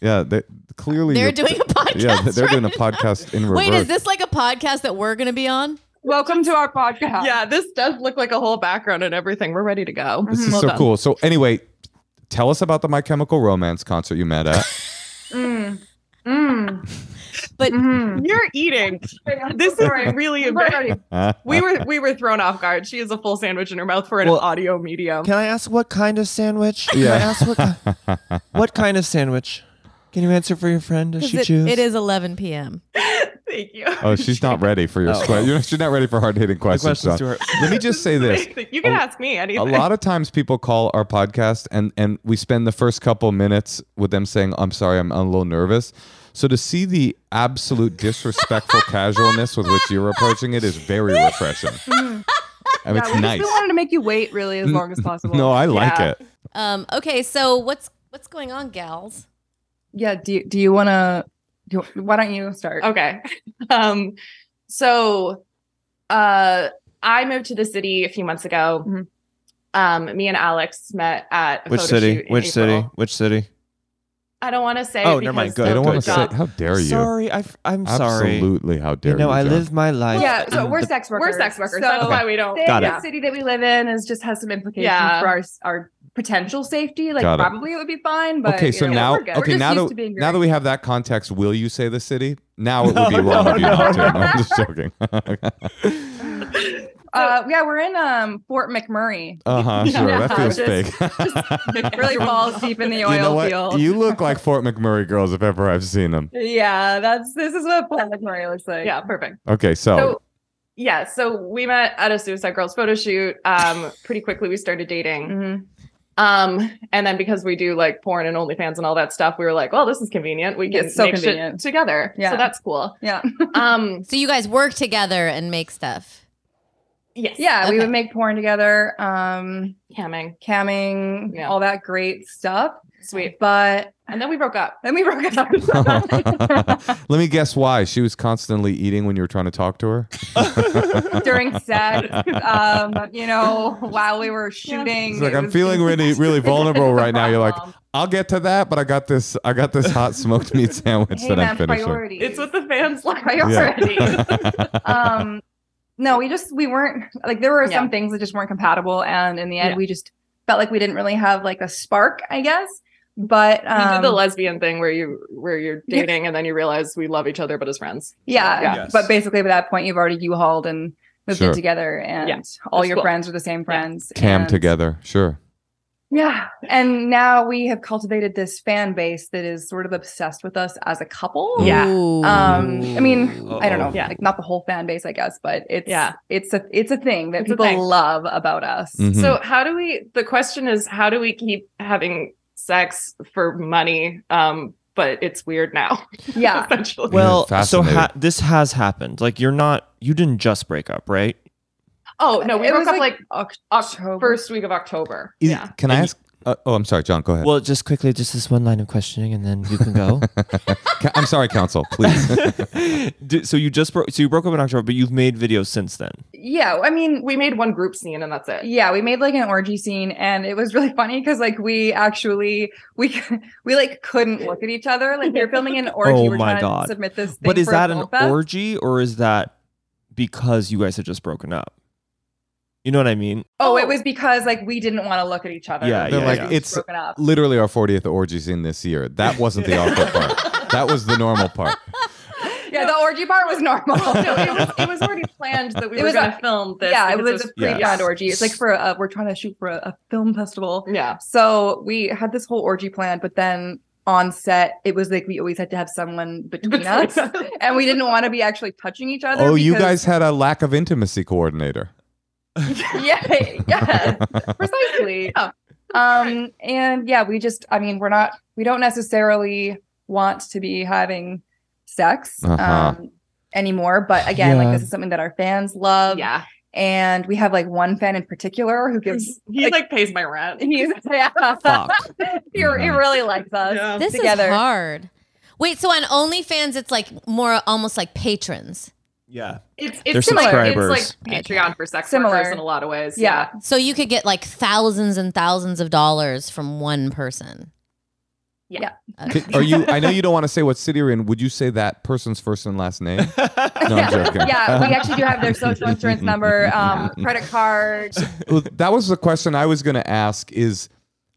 Speaker 1: Yeah, they clearly
Speaker 2: They're
Speaker 1: you're-
Speaker 2: doing a podcast.
Speaker 1: Yeah, they're doing a
Speaker 2: right now.
Speaker 1: podcast in reverse.
Speaker 2: Wait, is this like a podcast that we're going to be on?
Speaker 5: Welcome to our podcast. Yeah, this does look like a whole background and everything. We're ready to go.
Speaker 1: This is
Speaker 5: Mm-hmm. Well
Speaker 1: so
Speaker 5: done.
Speaker 1: cool. So anyway, tell us about the My Chemical Romance concert you met at.
Speaker 5: Mm. Mm.
Speaker 2: But-
Speaker 1: Mm-hmm.
Speaker 5: Mm. you're eating. This is really embarrassing.
Speaker 1: Uh,
Speaker 5: We were we were thrown off guard. She has a full sandwich in her mouth for an
Speaker 3: Well,
Speaker 5: audio medium.
Speaker 3: Um, Can I ask what kind of sandwich? Can I ask what, ki- what kind of sandwich? Can you answer for your friend? Does
Speaker 2: 'Cause
Speaker 3: she
Speaker 2: it-
Speaker 3: choose?
Speaker 2: it is 11 p.m.
Speaker 5: Thank you.
Speaker 1: Oh, she's not ready for your
Speaker 3: Oh.
Speaker 1: square. You're, she's not ready for hard hitting
Speaker 3: The
Speaker 1: questions.
Speaker 3: questions
Speaker 1: John.
Speaker 3: to her.
Speaker 1: Let me just say this.
Speaker 5: you can
Speaker 1: a-
Speaker 5: ask me anything.
Speaker 1: A lot of times people call our podcast and and we spend the first couple minutes with them saying, I'm sorry, I'm a little nervous. So to see the absolute disrespectful casualness with which you're approaching it is very refreshing. I mean,
Speaker 5: Yeah,
Speaker 1: it's
Speaker 5: we
Speaker 1: nice.
Speaker 5: just wanted to make you wait really as long as possible.
Speaker 1: No, I like
Speaker 5: Yeah.
Speaker 1: it.
Speaker 2: Um, okay, so what's what's going on, gals?
Speaker 6: Yeah. Do you, do you want to? Do, why don't you start?
Speaker 5: Okay. Um, so uh I moved to the city a few months ago.
Speaker 6: Mhm.
Speaker 5: Um, me and Alex met at a
Speaker 3: Which
Speaker 5: photo
Speaker 3: city?
Speaker 5: shoot in
Speaker 3: Which city?
Speaker 5: April.
Speaker 3: Which city?
Speaker 5: I don't want to say.
Speaker 3: Oh,
Speaker 5: it
Speaker 3: never mind.
Speaker 5: because
Speaker 3: Good.
Speaker 1: They
Speaker 5: of
Speaker 1: don't
Speaker 5: the
Speaker 1: want to say,
Speaker 5: job.
Speaker 1: how dare you?
Speaker 3: Sorry, I, f- I'm sorry.
Speaker 1: Absolutely, how dare
Speaker 3: You
Speaker 1: you?
Speaker 3: know, I
Speaker 1: John.
Speaker 3: live my life.
Speaker 6: yeah. So
Speaker 3: in
Speaker 6: we're
Speaker 3: the-
Speaker 6: sex workers.
Speaker 5: We're sex workers. that's
Speaker 6: So
Speaker 5: why we don't.
Speaker 6: the
Speaker 3: Got it.
Speaker 6: city that we live in is just has some implications
Speaker 5: Yeah.
Speaker 6: for our s- our potential safety. Like
Speaker 1: Got it.
Speaker 6: probably it. would be fine, but
Speaker 1: okay, so
Speaker 6: you know,
Speaker 1: now,
Speaker 6: we're good. We're
Speaker 1: okay,
Speaker 6: just
Speaker 1: now
Speaker 6: used
Speaker 1: that
Speaker 6: to being
Speaker 1: now that
Speaker 6: great.
Speaker 1: we have that context, will you say the city? Now it would be
Speaker 3: No,
Speaker 1: wrong
Speaker 3: no,
Speaker 1: of you not
Speaker 3: no,
Speaker 1: to. No,
Speaker 6: no.
Speaker 1: I'm just joking.
Speaker 6: uh, yeah, we're in um Fort McMurray,
Speaker 1: uh huh. Sure, that
Speaker 6: Yeah,
Speaker 1: feels
Speaker 6: just-
Speaker 1: fake.
Speaker 6: really balls deep in the oil
Speaker 1: you know what?
Speaker 6: field.
Speaker 1: You look like Fort McMurray girls if ever I've seen them.
Speaker 6: yeah, that's this is what Fort McMurray looks like.
Speaker 5: Yeah, perfect.
Speaker 1: Okay, so,
Speaker 5: So, yeah, so we met at a Suicide Girls photo shoot. Um, pretty quickly we started dating.
Speaker 6: Mhm.
Speaker 5: Um, and then because we do like porn and OnlyFans and all that stuff, we were like, well, this is convenient. We can
Speaker 6: It's so
Speaker 5: make shit
Speaker 6: convenient.
Speaker 5: together.
Speaker 6: Yeah.
Speaker 5: So that's cool.
Speaker 6: Yeah.
Speaker 5: Um,
Speaker 2: So you guys work together and make stuff.
Speaker 5: yes.
Speaker 6: Yeah, we
Speaker 2: Okay.
Speaker 6: would make porn together, um,
Speaker 5: Camming.
Speaker 6: camming,
Speaker 5: Yeah.
Speaker 6: all that great stuff.
Speaker 5: Sweet.
Speaker 6: But
Speaker 5: And then we broke up.
Speaker 6: then we broke up.
Speaker 1: let me guess why she was constantly eating when you were trying to talk to her.
Speaker 6: during sex, um, you know, while we were shooting.
Speaker 1: It's like
Speaker 6: it
Speaker 1: I'm
Speaker 6: was-
Speaker 1: feeling really, really vulnerable right now. You're like,
Speaker 6: Problem.
Speaker 1: I'll get to that, but I got this, I got this hot smoked meat sandwich
Speaker 6: hey,
Speaker 1: that
Speaker 6: man,
Speaker 1: I'm finishing.
Speaker 6: priorities.
Speaker 5: It's what the fans like.
Speaker 6: Priorities.
Speaker 1: Yeah.
Speaker 6: um, no, we just we weren't like there were
Speaker 5: Yeah.
Speaker 6: some things that just weren't compatible, and in the end,
Speaker 5: Yeah.
Speaker 6: we just felt like we didn't really have like a spark, I guess. But
Speaker 5: We
Speaker 6: um,
Speaker 5: did the lesbian thing where you where you're
Speaker 6: Yeah.
Speaker 5: dating and then you realize we love each other but as friends.
Speaker 6: yeah,
Speaker 5: Yeah.
Speaker 3: Yes.
Speaker 6: but basically at that point, you've already U-hauled and moved
Speaker 1: Sure.
Speaker 6: in together, and
Speaker 5: Yeah.
Speaker 6: all
Speaker 5: That's
Speaker 6: your
Speaker 5: cool.
Speaker 6: friends are the same friends.
Speaker 1: Cam
Speaker 6: and-
Speaker 1: together, sure.
Speaker 6: Yeah. And now we have cultivated this fan base that is sort of obsessed with us as a couple.
Speaker 5: Yeah.
Speaker 2: Ooh.
Speaker 6: Um, I mean, I don't know,
Speaker 5: Yeah.
Speaker 6: like not the whole fan base, I guess, but it's
Speaker 5: Yeah.
Speaker 6: it's a it's a thing that
Speaker 5: It's a
Speaker 6: people
Speaker 5: thing.
Speaker 6: love about us.
Speaker 3: Mm.
Speaker 1: Mhm.
Speaker 5: So how do we the question is how do we keep having sex for money um but it's weird now
Speaker 6: Yeah.
Speaker 5: essentially.
Speaker 3: Well,
Speaker 1: Yeah,
Speaker 3: so
Speaker 1: fascinating.
Speaker 3: ha- this has happened. Like you're not, you didn't just break up, right?
Speaker 5: oh no, we
Speaker 6: It
Speaker 5: broke
Speaker 6: was
Speaker 5: up like,
Speaker 6: like
Speaker 5: Oc-
Speaker 6: October.
Speaker 5: Oc- first week of October.
Speaker 1: Is-
Speaker 5: yeah.
Speaker 1: Can I ask? Uh, oh, I'm sorry, John. Go ahead.
Speaker 3: Well, just quickly, just this one line of questioning, and then you can go.
Speaker 1: Ca- I'm sorry, counsel. Please.
Speaker 3: Do- so you just broke. So you broke up in October, but you've made videos since then.
Speaker 6: Yeah. I mean,
Speaker 5: We made one group scene and that's it.
Speaker 6: yeah we made like an orgy scene and it was really funny because like we actually we we like couldn't look at each other like we were filming an orgy
Speaker 3: Oh
Speaker 6: we're
Speaker 3: my
Speaker 6: trying
Speaker 3: God.
Speaker 6: to submit this thing
Speaker 3: But is
Speaker 6: for a
Speaker 3: that an
Speaker 6: film fest.
Speaker 3: orgy, or is that because you guys had just broken up? You know what I mean?
Speaker 6: oh it was because like we didn't want to look at each other
Speaker 3: Yeah,
Speaker 6: We
Speaker 3: They're
Speaker 6: were
Speaker 3: like,
Speaker 6: just
Speaker 1: it's-
Speaker 6: broken up
Speaker 1: Literally our 40th orgies in this year. That wasn't the awkward part. That was the normal part.
Speaker 6: yeah the orgy part was normal
Speaker 5: no, it was it was already planned that we
Speaker 6: It
Speaker 5: were
Speaker 6: was
Speaker 5: going to
Speaker 6: a-
Speaker 5: film this.
Speaker 6: yeah it
Speaker 5: because
Speaker 6: was a
Speaker 1: yeah.
Speaker 6: pre-planned orgy it's like for a we're trying to shoot for a, a film festival
Speaker 5: yeah.
Speaker 6: so we had this whole orgy planned but then on set it was like we always had to have someone between us and we didn't want to be actually touching each other
Speaker 1: Oh, you
Speaker 6: because-
Speaker 1: guys had a lack of intimacy coordinator.
Speaker 6: yeah, yeah, precisely.
Speaker 5: Yeah.
Speaker 6: Um, and yeah, we just, I mean, we're not, we don't necessarily want to be having sex
Speaker 1: Uh-huh.
Speaker 6: um, anymore. But again,
Speaker 3: Yeah.
Speaker 6: like this is something that our fans love.
Speaker 5: yeah.
Speaker 6: And we have like one fan in particular who gives,
Speaker 5: He like, pays my rent.
Speaker 6: he's, yeah,
Speaker 3: Fuck.
Speaker 6: he, he
Speaker 1: Mm-hmm.
Speaker 6: really likes us.
Speaker 5: Yeah.
Speaker 2: this
Speaker 6: together.
Speaker 2: is hard. Wait, so on OnlyFans, it's like more almost like patrons.
Speaker 3: Yeah.
Speaker 5: It's
Speaker 3: They're
Speaker 5: it's similar. It's
Speaker 3: subscribers.
Speaker 5: like Patreon for sex
Speaker 6: Similar.
Speaker 5: workers in a lot of ways.
Speaker 6: Yeah.
Speaker 2: So you could get like thousands and thousands of dollars from one person.
Speaker 5: Yeah.
Speaker 2: Okay.
Speaker 1: Are you? I know you don't want to say what city you're in. Would you say that person's first and last name? No, I'm joking.
Speaker 6: yeah, we actually do have their social insurance number, um, credit card.
Speaker 1: Well, that was the question I was going to ask is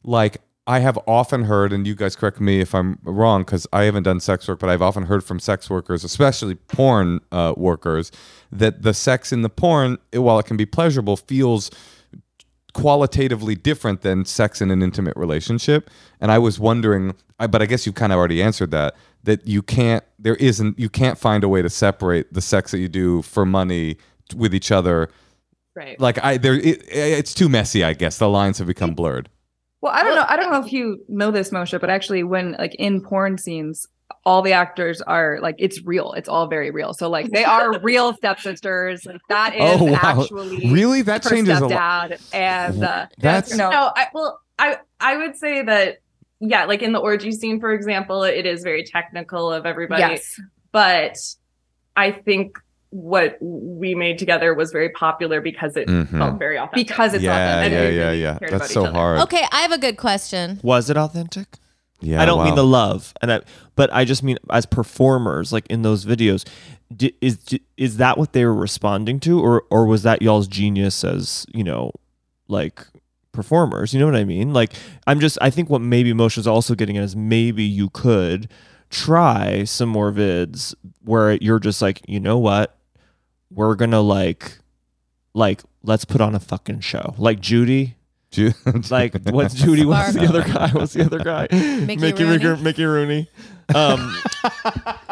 Speaker 1: like, I have often heard, and you guys correct me if I'm wrong, because I haven't done sex work, but I've often heard from sex workers, especially porn uh, workers, that the sex in the porn, eh, while it can be pleasurable, feels qualitatively different than sex in an intimate relationship. And I was wondering, I, but I guess you've kind of already answered that, that you can't, there isn't, you can't find a way to separate the sex that you do for money t- with each other
Speaker 5: Right.
Speaker 1: like I there it, it's too messy. I guess the lines have become blurred.
Speaker 6: Well, I don't
Speaker 5: Well-
Speaker 6: know. I don't know if you know this, Moshe, but actually, when like in porn scenes, all the actors are like, it's real. It's all very real. So like, they are real stepsisters. Like that is
Speaker 1: Oh, wow.
Speaker 6: actually
Speaker 1: Really, that
Speaker 6: her
Speaker 1: changes a lot.
Speaker 6: stepdad. And uh,
Speaker 1: That's
Speaker 6: No.
Speaker 5: no i well i i would say that yeah like in the orgy scene for example it is very technical of everybody
Speaker 6: yes,
Speaker 5: but i think what we made together was very popular because it
Speaker 1: Mm-hmm.
Speaker 2: Oh,
Speaker 5: felt very authentic
Speaker 6: because it's
Speaker 1: Yeah,
Speaker 6: authentic.
Speaker 1: yeah,
Speaker 5: Everybody
Speaker 1: yeah, yeah.
Speaker 5: cared about
Speaker 1: That's
Speaker 5: each
Speaker 1: so
Speaker 5: other.
Speaker 1: hard.
Speaker 2: Okay, I have a good question.
Speaker 3: Was it authentic?
Speaker 1: Yeah,
Speaker 3: I don't
Speaker 1: wow.
Speaker 3: mean the love, and I, but I just mean as performers, like in those videos, di- is di- is that what they were responding to, or or was that y'all's genius as you know, like performers? You know what I mean? Like I'm just, I think what maybe Moshe's also getting at is maybe you could try some more vids where you're just like, you know what, we're gonna like, like let's put on a fucking show, like Judy,
Speaker 1: Ju-
Speaker 3: like what's Judy? What's the
Speaker 2: Barb.
Speaker 3: other guy? What's the other guy? Mickey Mickey
Speaker 2: Rooney?
Speaker 3: Mickey Rooney. Um,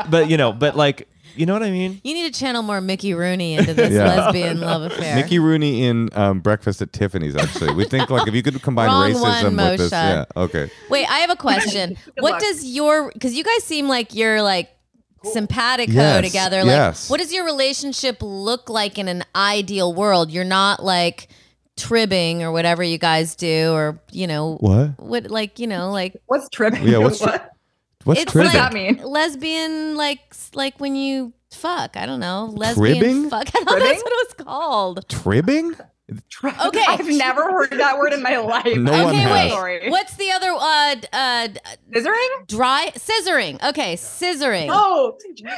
Speaker 3: but you know, but like, you know what I mean?
Speaker 2: You need to channel more Mickey Rooney into this
Speaker 1: Yeah.
Speaker 2: lesbian love affair.
Speaker 1: Mickey Rooney in um, Breakfast at Tiffany's. Actually, we think like if you could combine
Speaker 2: Wrong
Speaker 1: racism
Speaker 2: one,
Speaker 1: with this,
Speaker 2: Moshe.
Speaker 1: yeah, okay.
Speaker 2: Wait, I have a question. what
Speaker 5: luck.
Speaker 2: does your because you guys seem like you're like simpatico
Speaker 1: Yes,
Speaker 2: together. Like,
Speaker 1: yes.
Speaker 2: what does your relationship look like in an ideal world? You're not like tribbing or whatever you guys do, or you know
Speaker 1: What?
Speaker 2: what, like you know, like
Speaker 6: What's tripping?
Speaker 1: Yeah, what's
Speaker 6: what?
Speaker 1: What's
Speaker 2: It's
Speaker 6: what
Speaker 1: cribbing?
Speaker 6: does that mean?
Speaker 2: lesbian, like s- like when you fuck. I don't know, lesbian
Speaker 1: Cribbing?
Speaker 2: fuck. I thought that's what it was called.
Speaker 1: Tribbing?
Speaker 2: Okay.
Speaker 6: I've never heard that word in my life.
Speaker 1: No one
Speaker 2: okay,
Speaker 1: has.
Speaker 2: wait.
Speaker 6: Sorry.
Speaker 2: What's the other uh d- uh d-
Speaker 6: Scissoring?
Speaker 2: dry scissoring? Okay, scissoring.
Speaker 5: oh yeah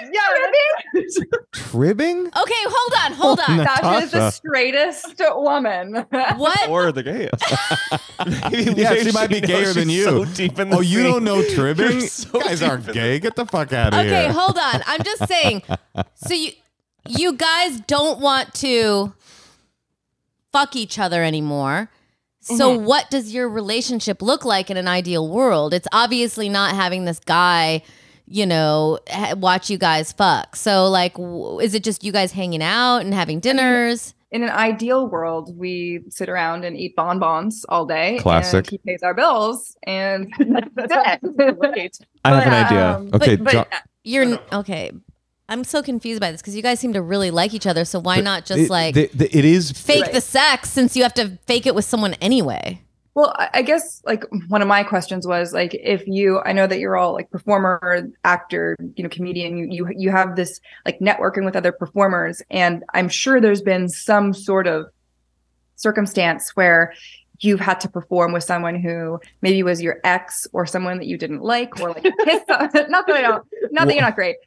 Speaker 1: Tribbing?
Speaker 2: Okay, hold on, hold
Speaker 1: Oh,
Speaker 2: on.
Speaker 1: no.
Speaker 6: Sasha is the
Speaker 1: Natasha.
Speaker 6: straightest woman.
Speaker 2: What
Speaker 3: Or the gayest? Maybe
Speaker 1: Yeah,
Speaker 3: maybe
Speaker 1: she might be gayer
Speaker 3: knows
Speaker 1: than
Speaker 3: she's
Speaker 1: you.
Speaker 3: so deep in the
Speaker 1: Oh, you
Speaker 3: scene.
Speaker 1: don't know tribbing?
Speaker 3: You're so
Speaker 1: guys
Speaker 3: deep
Speaker 1: aren't
Speaker 3: in-
Speaker 1: gay. Get the fuck out of
Speaker 2: Okay,
Speaker 1: here.
Speaker 2: hold on. I'm just saying. So you you guys don't want to fuck each other anymore. So, what does your relationship look like in an ideal world? It's obviously not having this guy, you know, ha- watch you guys fuck. So, like, w- is it just you guys hanging out and having dinners?
Speaker 6: in an ideal world, we sit around and eat bonbons all day.
Speaker 1: Classic.
Speaker 6: And he pays our bills, and
Speaker 5: That's great.
Speaker 3: I have an
Speaker 6: But,
Speaker 3: idea.
Speaker 6: um,
Speaker 1: Okay,
Speaker 5: but,
Speaker 1: John-
Speaker 5: uh,
Speaker 2: You're n- okay. I'm so confused by this because you guys seem to really like each other. So, why not just
Speaker 1: It-
Speaker 2: like
Speaker 1: the- the- it is
Speaker 2: fake
Speaker 6: Right.
Speaker 2: the sex since you have to fake it with someone anyway?
Speaker 6: Well, I I guess like one of my questions was like if you I know that you're all like performer, actor, you know, comedian, you you you have this like networking with other performers and I'm sure there's been some sort of circumstance where you've had to perform with someone who maybe was your ex or someone that you didn't like or like kissed on- not that I don't not that you're not great.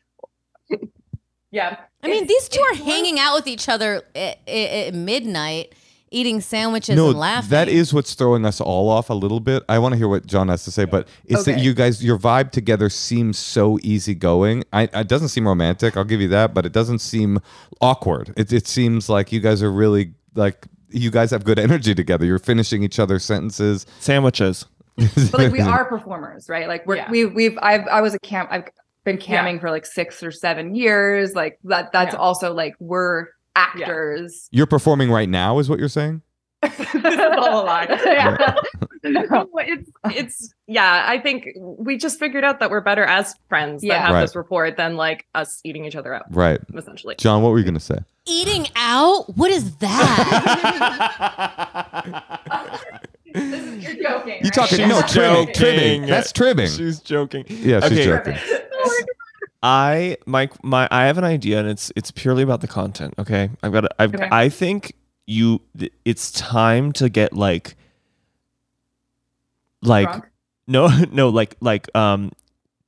Speaker 5: yeah.
Speaker 2: I mean, these two are hanging out with each other at, at midnight, eating sandwiches and laughing.
Speaker 1: That is what's throwing us all off a little bit. I want to hear what John has to say, but it's that
Speaker 6: Okay.
Speaker 1: you guys, your vibe together seems so easygoing. I, it doesn't seem romantic. I'll give you that, but it doesn't seem awkward. It, it seems like you guys are really like you guys have good energy together. You're finishing each other's sentences.
Speaker 3: Sandwiches.
Speaker 6: But like we are performers, right? Like we're
Speaker 5: Yeah.
Speaker 6: we we've I've I was a camp I've been
Speaker 5: Yeah.
Speaker 6: camming for like six or seven years. Like that that's
Speaker 5: Yeah.
Speaker 6: also like we're actors.
Speaker 1: You're performing right now, is what you're saying?
Speaker 5: this is all a lie.
Speaker 6: Yeah.
Speaker 5: No, it's it's yeah. I think we just figured out that we're better as friends that
Speaker 6: Yeah.
Speaker 5: have
Speaker 1: Right.
Speaker 5: this rapport than like us eating each other out,
Speaker 1: Right,
Speaker 5: essentially.
Speaker 1: John. What were you gonna say?
Speaker 2: eating out. What is that?
Speaker 6: You're joking.
Speaker 1: You talking? No,
Speaker 3: She's
Speaker 1: trimming.
Speaker 3: joking.
Speaker 1: trimming. That's trimming.
Speaker 3: She's joking.
Speaker 1: yeah, she's
Speaker 3: Okay.
Speaker 1: joking.
Speaker 6: Oh,
Speaker 3: I my my I have an idea and it's it's purely about the content, okay? I've got to, I've
Speaker 6: Okay.
Speaker 3: I think you th- it's time to get like like
Speaker 6: Drunk?
Speaker 3: no no like like um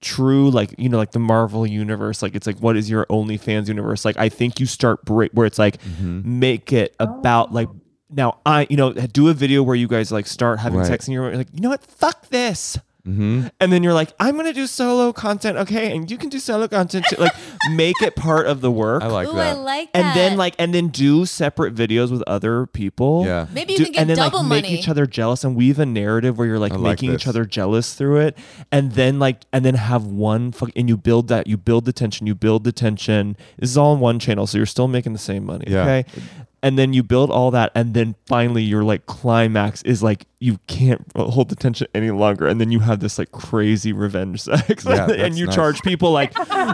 Speaker 3: true like you know like the Marvel universe like it's like what is your OnlyFans universe? Like I think you start break where it's like
Speaker 1: Mhm.
Speaker 3: make it about like
Speaker 6: Oh.
Speaker 3: now I you know do a video where you guys like start having
Speaker 1: Right.
Speaker 3: sex and you're like you know what fuck this
Speaker 1: Mhm.
Speaker 3: and then you're like i'm gonna do solo content okay and you can do solo content too. like make it part of the work
Speaker 1: I like
Speaker 2: Ooh, I
Speaker 1: that.
Speaker 2: like that.
Speaker 3: and then like and then do separate videos with other people
Speaker 1: yeah.
Speaker 2: maybe you
Speaker 3: Do-
Speaker 2: can get
Speaker 3: and then
Speaker 2: double
Speaker 3: like
Speaker 2: money.
Speaker 3: make each other jealous and weave a narrative where you're like
Speaker 1: I like
Speaker 3: making
Speaker 1: this.
Speaker 3: each other jealous through it and then like and then have one fuck and you build that you build the tension you build the tension this is all on one channel so you're still making the same money
Speaker 1: Yeah.
Speaker 3: okay and then you build all that and then finally your like climax is like you can't hold the tension any longer and then you have this like crazy revenge sex
Speaker 1: Yeah, that's
Speaker 3: and you
Speaker 1: nice.
Speaker 3: charge people like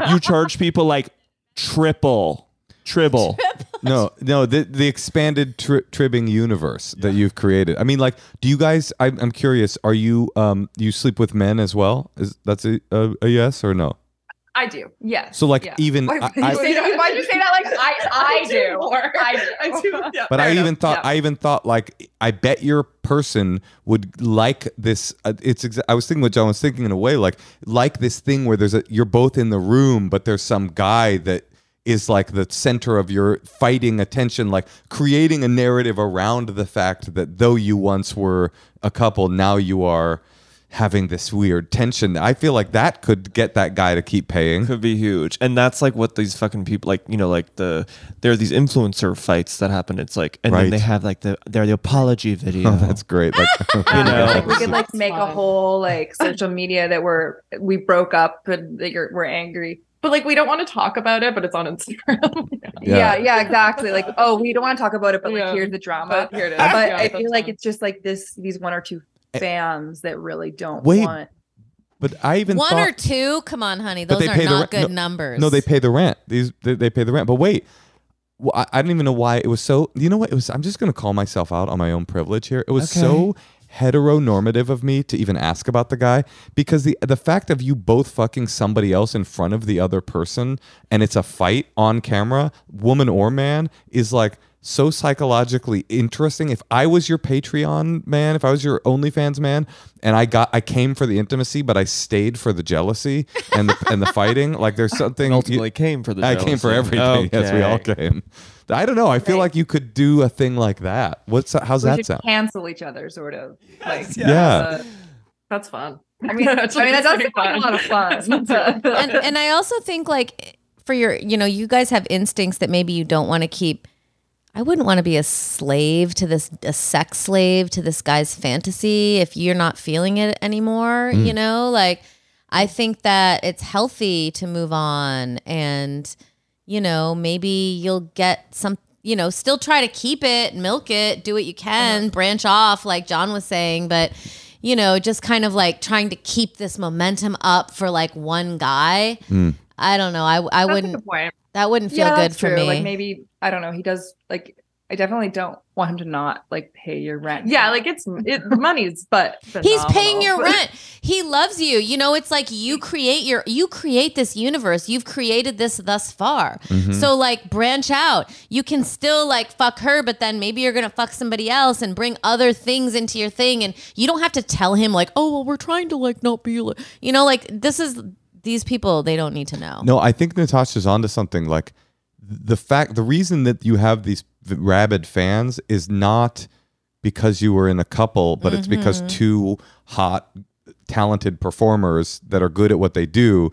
Speaker 3: you charge people like triple triple
Speaker 1: no, no, the the expanded tri- tribbing universe that you've created. I mean, like, do you guys? I, I'm curious. Are you um you sleep with men as well? Is that's a, a, a yes or no?
Speaker 6: I do. Yes.
Speaker 1: So like
Speaker 6: Yeah.
Speaker 1: even
Speaker 6: Why
Speaker 1: I,
Speaker 6: would you
Speaker 1: I-
Speaker 6: say that? Why'd you say that? Like I, I do.
Speaker 5: more.
Speaker 6: I
Speaker 5: I
Speaker 6: do.
Speaker 5: do. Yeah.
Speaker 1: but
Speaker 6: fair
Speaker 1: I
Speaker 6: enough.
Speaker 1: even thought
Speaker 6: Yeah.
Speaker 1: I even thought like I bet your person would like this. Uh, it's exa- I was thinking what John was thinking in a way like like this thing where there's a you're both in the room, but there's some guy that is like the center of your fighting attention, like creating a narrative around the fact that though you once were a couple, now you are having this weird tension. I feel like that could get that guy to keep paying.
Speaker 3: could be huge and that's like what these fucking people like you know like the there are these influencer fights that happen it's like and
Speaker 1: Right.
Speaker 3: then they have like the they're the apology video
Speaker 1: Oh, that's great. Like,
Speaker 3: You know.
Speaker 6: Um, like we could like make a
Speaker 2: Fine.
Speaker 6: whole like social media that we're we broke up and that you're we're angry.
Speaker 5: But like we don't want to talk about it, but it's on Instagram.
Speaker 1: Yeah.
Speaker 6: Yeah, yeah, exactly. Like, oh, we don't want to talk about it, but like
Speaker 5: Yeah.
Speaker 6: here's the drama.
Speaker 5: But here it is.
Speaker 6: but
Speaker 5: Yeah,
Speaker 6: I
Speaker 5: that's
Speaker 6: feel like
Speaker 5: fine.
Speaker 6: it's just like this these one or two fans that really don't
Speaker 1: Eh, Wait,
Speaker 6: want
Speaker 1: but I even
Speaker 2: one
Speaker 1: thought,
Speaker 2: or two? Come on, honey.
Speaker 1: But
Speaker 2: Those
Speaker 1: they
Speaker 2: are
Speaker 1: pay the
Speaker 2: not
Speaker 1: re-
Speaker 2: good numbers.
Speaker 1: No, they pay the rent. These they, they pay the rent. But wait, well, I, I don't even know why it was so. You know what? It was. I'm just gonna call myself out on my own privilege here. It was
Speaker 3: Okay.
Speaker 1: so heteronormative of me to even ask about the guy because the the fact of you both fucking somebody else in front of the other person and it's a fight on camera, woman or man, is like. So psychologically interesting. If I was your Patreon man, if I was your OnlyFans man, and I got, I came for the intimacy, but I stayed for the jealousy and the, and the fighting. Like there's something
Speaker 3: ultimately came for the
Speaker 1: I came for everything. Yes, we all came. I don't know. I feel
Speaker 6: Right.
Speaker 1: like you could do a thing like that. What's how's
Speaker 6: we
Speaker 1: that
Speaker 6: should
Speaker 1: sound?
Speaker 6: cancel each other, sort of. Like,
Speaker 1: yes. Yeah.
Speaker 6: uh,
Speaker 5: That's fun.
Speaker 6: I mean, I mean,
Speaker 5: Actually,
Speaker 6: that does
Speaker 5: that's
Speaker 6: sound
Speaker 5: pretty
Speaker 6: like a lot of fun.
Speaker 2: and, and I also think like for your, you know, you guys have instincts that maybe you don't want to keep. I wouldn't want to be a slave to this, a sex slave to this guy's fantasy if you're not feeling it anymore,
Speaker 1: Mm.
Speaker 2: you know? Like, I think that it's healthy to move on and, you know, maybe you'll get some, you know, still try to keep it, milk it, do what you can, branch off, like John was saying, but, you know, just kind of like trying to keep this momentum up for like one guy.
Speaker 1: Mm.
Speaker 2: I don't know. I, I
Speaker 5: That's a
Speaker 2: wouldn't,
Speaker 5: good point.
Speaker 2: that wouldn't feel
Speaker 6: yeah,
Speaker 2: good
Speaker 6: that's
Speaker 2: for
Speaker 6: true.
Speaker 2: me.
Speaker 6: Like maybe I don't know. He does like I definitely don't want him to not like pay your rent.
Speaker 5: Yeah, like it's it money's but
Speaker 2: He's paying your rent. He loves you. You know, it's like you create your you create this universe. You've created this thus far.
Speaker 1: Mhm.
Speaker 2: So like branch out. You can still like fuck her, but then maybe you're gonna fuck somebody else and bring other things into your thing. And you don't have to tell him like, oh well, we're trying to like not be like you know, like this is these people, they don't need to know.
Speaker 1: No, I think Natasha's onto something. Like the fact, the reason that you have these rabid fans is not because you were in a couple, but it's because two hot, talented performers that are good at what they do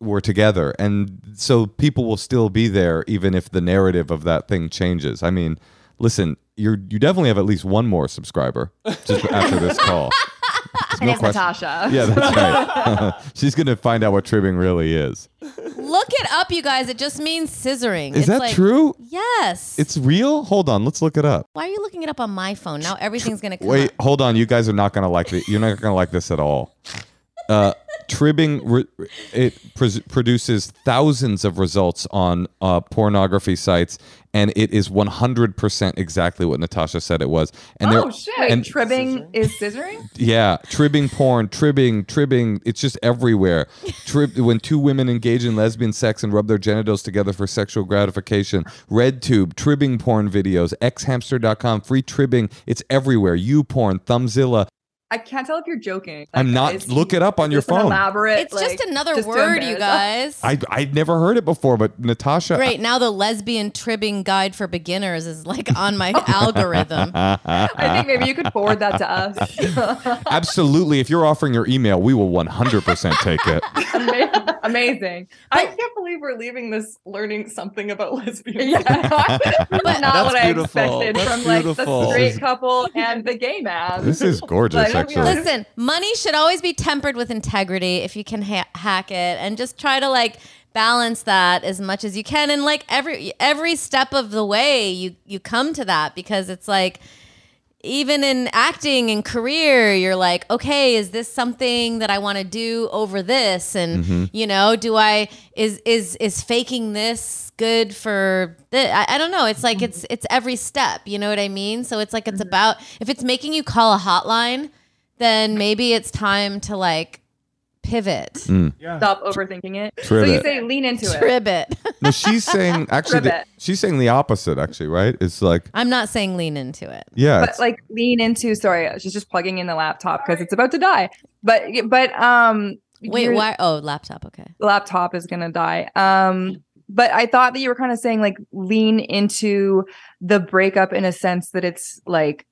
Speaker 1: were together, and so people will still be there even if the narrative of that thing changes. I mean, listen, you are you definitely have at least one more subscriber just after this call. There's no
Speaker 6: and it's
Speaker 1: question.
Speaker 6: Natasha.
Speaker 1: Yeah, that's right. She's gonna find out what trimming really is.
Speaker 2: Look it up, you guys. It just means scissoring.
Speaker 1: Is
Speaker 2: It's
Speaker 1: that
Speaker 2: like-
Speaker 1: true?
Speaker 2: Yes.
Speaker 1: It's real? Hold on, let's look it up.
Speaker 2: why are you looking it up on my phone? Now everything's gonna come
Speaker 1: Wait,
Speaker 2: up.
Speaker 1: hold on. You guys are not gonna like it. You're not gonna like this at all. Uh, tribbing re- it pres produces thousands of results on uh, pornography sites, and it is 100 percent exactly what Natasha said it was. And
Speaker 6: oh
Speaker 1: there,
Speaker 6: shit!
Speaker 1: and-
Speaker 6: tribbing is scissoring.
Speaker 1: yeah, tribbing porn, tribbing, tribbing. It's just everywhere. Trib- when two women engage in lesbian sex and rub their genitals together for sexual gratification, RedTube, tribbing porn videos, xhamster.com, free tribbing. It's everywhere. You porn, Thumbzilla.
Speaker 6: I can't tell if you're joking.
Speaker 1: I'm not-
Speaker 6: is
Speaker 1: look it up on
Speaker 6: is
Speaker 1: your
Speaker 6: this an
Speaker 1: phone.
Speaker 6: Elaborate.
Speaker 2: It's
Speaker 6: like,
Speaker 2: just another
Speaker 6: just to
Speaker 2: word, you guys.
Speaker 6: embarrass
Speaker 1: I I'd never heard it before, but Natasha.
Speaker 2: Great. Now the lesbian tribbing guide for beginners is like on my algorithm.
Speaker 6: I think maybe you could forward that to us.
Speaker 1: Absolutely. If you're offering your email, we will 100% take it.
Speaker 6: Ama- Amazing.
Speaker 5: I can't believe we're leaving this learning something about lesbians.
Speaker 6: Yeah, that's
Speaker 2: But-
Speaker 6: not what I
Speaker 3: beautiful.
Speaker 6: expected
Speaker 3: That's
Speaker 6: from like
Speaker 3: beautiful.
Speaker 6: the straight
Speaker 1: This
Speaker 6: couple and the gay man.
Speaker 1: This is gorgeous,
Speaker 6: Like,
Speaker 1: actually.
Speaker 2: Listen, money should always be tempered with integrity if you can ha- hack it and just try to like balance that as much as you can and like every every step of the way you you come to that because it's like even in acting and career you're like okay is this something that I want to do over this and
Speaker 1: Mm-hmm.
Speaker 2: you know do I is is is faking this good for this? I, I don't know it's like
Speaker 6: Mm-hmm.
Speaker 2: it's it's every step you know what I mean so it's like it's about if it's making you call a hotline then maybe it's time to like pivot,
Speaker 6: Stop overthinking it. So you
Speaker 1: Trivet.
Speaker 6: say lean into it.
Speaker 2: tribbit.
Speaker 1: No, she's saying actually, the-
Speaker 6: Ribbit.
Speaker 1: she's saying the opposite, actually, right? It's like,
Speaker 2: I'm not saying lean into it.
Speaker 1: yeah.
Speaker 6: But
Speaker 1: it's-
Speaker 6: like lean into. Sorry, she's just plugging in the laptop because it's about to die. But but um,
Speaker 2: Wait,
Speaker 6: your
Speaker 2: why? Oh, laptop. Okay.
Speaker 6: Laptop is gonna die. Um, but I thought that you were kind of saying like lean into the breakup in a sense that it's like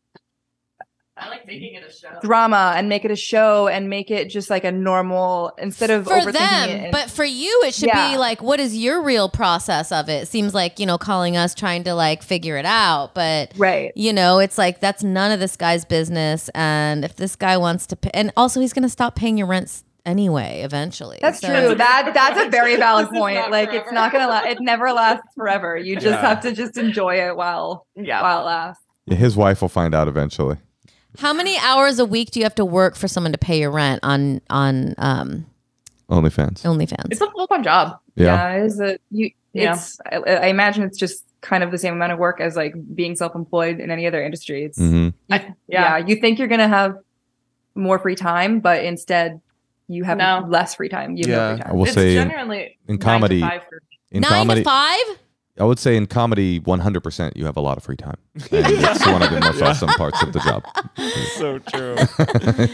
Speaker 5: I like making it a show.
Speaker 6: drama and make it a show and make it just like a normal instead of
Speaker 2: For
Speaker 6: overthinking
Speaker 2: them,
Speaker 6: it and-
Speaker 2: but for you, it should be
Speaker 6: Yeah.
Speaker 2: like, what is your real process of it? Seems like you know, calling us trying to like figure it out, but
Speaker 6: right.
Speaker 2: you know, it's like that's none of this guy's business. And if this guy wants to, pay, and also he's gonna stop paying your rents anyway eventually.
Speaker 6: That's
Speaker 2: So-
Speaker 6: true. That that's a very valid
Speaker 5: This is
Speaker 6: point.
Speaker 5: not
Speaker 6: Like it's not gonna
Speaker 5: forever.
Speaker 6: last. It never lasts forever. You just
Speaker 3: Yeah.
Speaker 6: have to just enjoy it while
Speaker 5: Yeah.
Speaker 6: while it lasts.
Speaker 1: Yeah, his wife will find out eventually.
Speaker 2: How many hours a week do you have to work for someone to pay your rent on on um,
Speaker 1: OnlyFans.
Speaker 2: OnlyFans?
Speaker 5: It's a full time job.
Speaker 1: Yeah.
Speaker 6: it is a, you.
Speaker 5: Yeah.
Speaker 6: It's. I, I imagine it's just kind of the same amount of work as like being self-employed in any other industry. It's
Speaker 1: hmm
Speaker 6: yeah. You think you're gonna have more free time, but instead you have
Speaker 5: No.
Speaker 6: less free time. You have
Speaker 3: Yeah.
Speaker 6: no free
Speaker 1: I
Speaker 6: time.
Speaker 1: will
Speaker 5: it's
Speaker 1: say in,
Speaker 5: generally
Speaker 1: in
Speaker 5: nine to
Speaker 1: comedy-
Speaker 5: five for me.
Speaker 1: in
Speaker 2: Nine
Speaker 1: comedy,
Speaker 2: to five.
Speaker 1: I would say in comedy, 100% you have a lot of free time. And it's one of the most
Speaker 3: Yeah.
Speaker 1: awesome parts of the job.
Speaker 3: so true.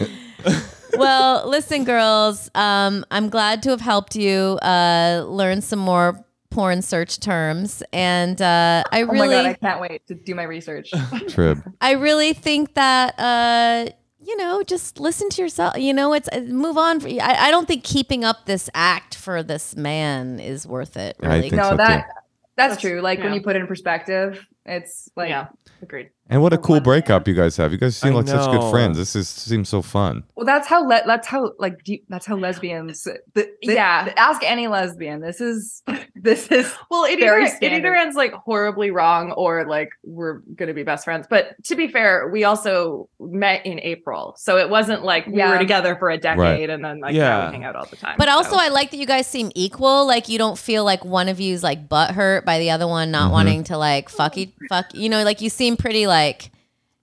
Speaker 2: well, listen, girls, um, I'm glad to have helped you uh, learn some more porn search terms. And uh, I
Speaker 6: Oh my
Speaker 2: really,
Speaker 6: god, I can't wait to do my research.
Speaker 1: Trib.
Speaker 2: I really think that, uh, you know, just listen to yourself. You know, it's uh, move on. For, I, I don't think keeping up this act for this man is worth it,
Speaker 1: I
Speaker 2: really.
Speaker 1: think
Speaker 6: no,
Speaker 1: so,
Speaker 6: that
Speaker 1: too.
Speaker 6: that's,
Speaker 5: That's-
Speaker 6: true. Like when
Speaker 5: yeah.
Speaker 6: you put it in perspective, It's like
Speaker 5: yeah, agreed.
Speaker 1: And
Speaker 5: Oh,
Speaker 1: what a
Speaker 6: For
Speaker 1: cool
Speaker 6: one
Speaker 1: breakup you guys have. You guys seem
Speaker 3: I
Speaker 1: like such good
Speaker 3: know.
Speaker 1: friends. This is, seems so fun.
Speaker 6: Well, that's how le- that's how like deep, that's how lesbians. th- th-
Speaker 5: Yeah.
Speaker 6: th- ask any lesbian. This is this is
Speaker 5: Well, it either,
Speaker 6: Very
Speaker 5: it either
Speaker 6: standard.
Speaker 5: ends like horribly wrong or like we're gonna be best friends. But to be fair, we also met in April, so it wasn't like we
Speaker 6: Yeah.
Speaker 5: were together for a decade
Speaker 1: Right.
Speaker 5: and then like
Speaker 3: Yeah.
Speaker 5: now we hang out all the time.
Speaker 2: But also,
Speaker 5: so.
Speaker 2: I like that you guys seem equal. Like you don't feel like one of you's like butt hurt by the other one not
Speaker 1: Mhm.
Speaker 2: wanting to like fuck you, fuck. You know, like you seem pretty like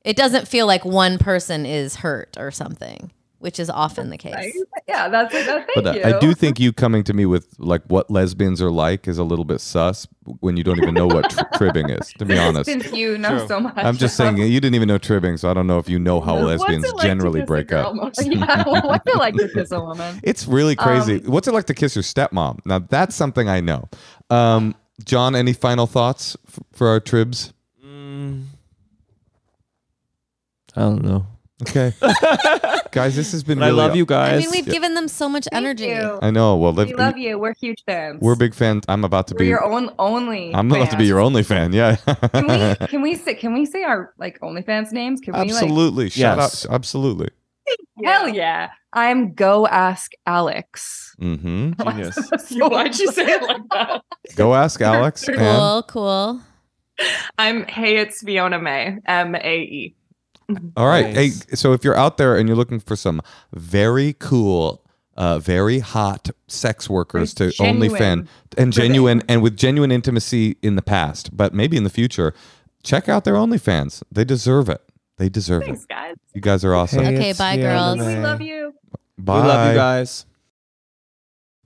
Speaker 2: it doesn't feel like one person is hurt or something, which is often the case.
Speaker 6: yeah. That's it. That, thank
Speaker 1: But uh,
Speaker 6: you.
Speaker 1: I, I do think you coming to me with like what lesbians are like is a little bit sus when you don't even know what tri- tribbing is. To be honest,
Speaker 6: Since you know so much,
Speaker 1: I'm just saying you didn't even know tribbing, so I don't know if you know how
Speaker 5: What's it
Speaker 1: lesbians
Speaker 5: like to
Speaker 1: generally
Speaker 5: kiss a
Speaker 1: break
Speaker 5: girl
Speaker 1: up.
Speaker 5: most-
Speaker 6: yeah, well, what's it like to kiss a woman?
Speaker 1: It's really crazy.
Speaker 6: Um,
Speaker 1: What's it like to kiss your stepmom? Now that's something I know. Um, John, any final thoughts f- for our tribs?
Speaker 3: Mm. I don't know.
Speaker 1: Okay, guys, this has been.
Speaker 3: But I
Speaker 1: Really
Speaker 3: love you guys.
Speaker 2: I mean, we've given them so much
Speaker 6: Thank
Speaker 2: energy.
Speaker 6: you.
Speaker 1: I know. Well,
Speaker 6: We love you. We're huge fans.
Speaker 1: we're big fans. I'm about to
Speaker 6: We're
Speaker 1: be.
Speaker 6: your own only.
Speaker 1: I'm about to be
Speaker 6: fans.
Speaker 1: your only fan. Yeah.
Speaker 6: Can we can we say can we say our like OnlyFans names? Can we
Speaker 1: Absolutely. Shut
Speaker 3: Yes.
Speaker 1: up. Absolutely.
Speaker 6: like hell yeah? I'm go ask Alex.
Speaker 1: Mm-hmm.
Speaker 3: Genius.
Speaker 5: Why'd you say it like that?
Speaker 1: Go ask Alex.
Speaker 5: Cool.
Speaker 1: and
Speaker 2: Cool, cool.
Speaker 5: I'm hey, it's Fiona May, M A E.
Speaker 1: all right.
Speaker 3: Nice.
Speaker 1: Hey, so if you're out there and you're looking for some very cool, uh, very hot sex workers to
Speaker 6: Very
Speaker 1: only fan
Speaker 6: genuine.
Speaker 1: and genuine and with genuine intimacy in the past, but maybe in the future, check out their OnlyFans. They deserve it. They deserve
Speaker 5: Thanks,
Speaker 1: it.
Speaker 5: guys.
Speaker 1: You guys are awesome.
Speaker 2: Hey, Okay, bye, girls.
Speaker 6: We love you.
Speaker 1: Bye.
Speaker 3: We love you guys.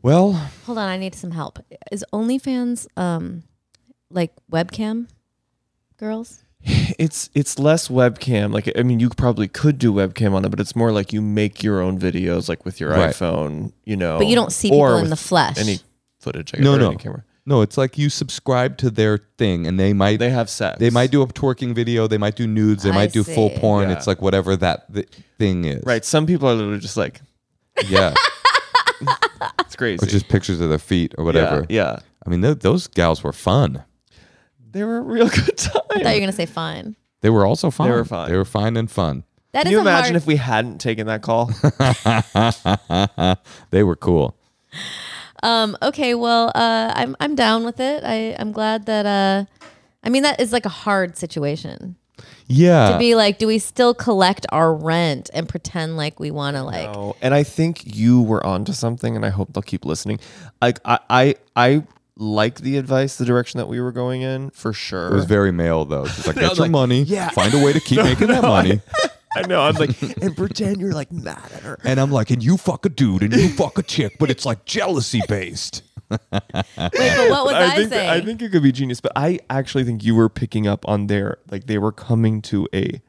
Speaker 1: Well,
Speaker 2: Hold on, I need some help. Is OnlyFans um like webcam girls?
Speaker 3: It's it's less webcam. Like I mean, you probably could do webcam on it, but it's more like you make your own videos, like with your
Speaker 1: Right.
Speaker 3: iPhone. You know,
Speaker 2: But you don't see
Speaker 3: Oh. or
Speaker 2: people in
Speaker 3: with
Speaker 2: the flesh.
Speaker 3: Any footage? I
Speaker 1: No,
Speaker 3: or
Speaker 1: no.
Speaker 3: Any camera.
Speaker 1: no, it's like you subscribe to their thing and they might
Speaker 3: They have sex.
Speaker 1: They might do a twerking video. They might do nudes. They
Speaker 2: I
Speaker 1: might do full
Speaker 2: see.
Speaker 1: porn.
Speaker 3: Yeah.
Speaker 1: It's like whatever that th- thing is.
Speaker 3: Right. Some people are literally just like
Speaker 1: Yeah.
Speaker 3: it's crazy.
Speaker 1: or just pictures of their feet or whatever.
Speaker 3: Yeah. yeah.
Speaker 1: I mean, th- those gals were fun.
Speaker 3: They were a real good
Speaker 2: I thought you were
Speaker 3: time.
Speaker 2: gonna say fine.
Speaker 1: They were also fun.
Speaker 3: were fun.
Speaker 1: They were fine and fun.
Speaker 2: That is
Speaker 3: Can you
Speaker 2: a hard-
Speaker 3: imagine if we hadn't taken that call?
Speaker 1: they were cool.
Speaker 2: Um, okay, well, uh, I'm I'm down with it. I I'm glad that. Uh, I mean, that is like a hard situation to
Speaker 3: Uh.
Speaker 1: Yeah.
Speaker 2: be like, do we still collect our rent and pretend like we want to like?
Speaker 3: No, and I think you were onto something, and I hope they'll keep listening. Like I, I, I like the advice, the direction that we were going in for sure.
Speaker 1: it was very male though. It's just like,
Speaker 3: No,
Speaker 1: get your
Speaker 3: like,
Speaker 1: money.
Speaker 3: yeah.
Speaker 1: Find a way to keep making that
Speaker 3: no,
Speaker 1: money.
Speaker 3: I know. I'm like, and pretend you're like mad at her.
Speaker 1: and I'm like, and you fuck a dude and you fuck a chick, but it's like jealousy based.
Speaker 2: Wait, but what was I, saying?
Speaker 3: think that- I think it could be genius, but I actually think you were picking up on their like they were coming to a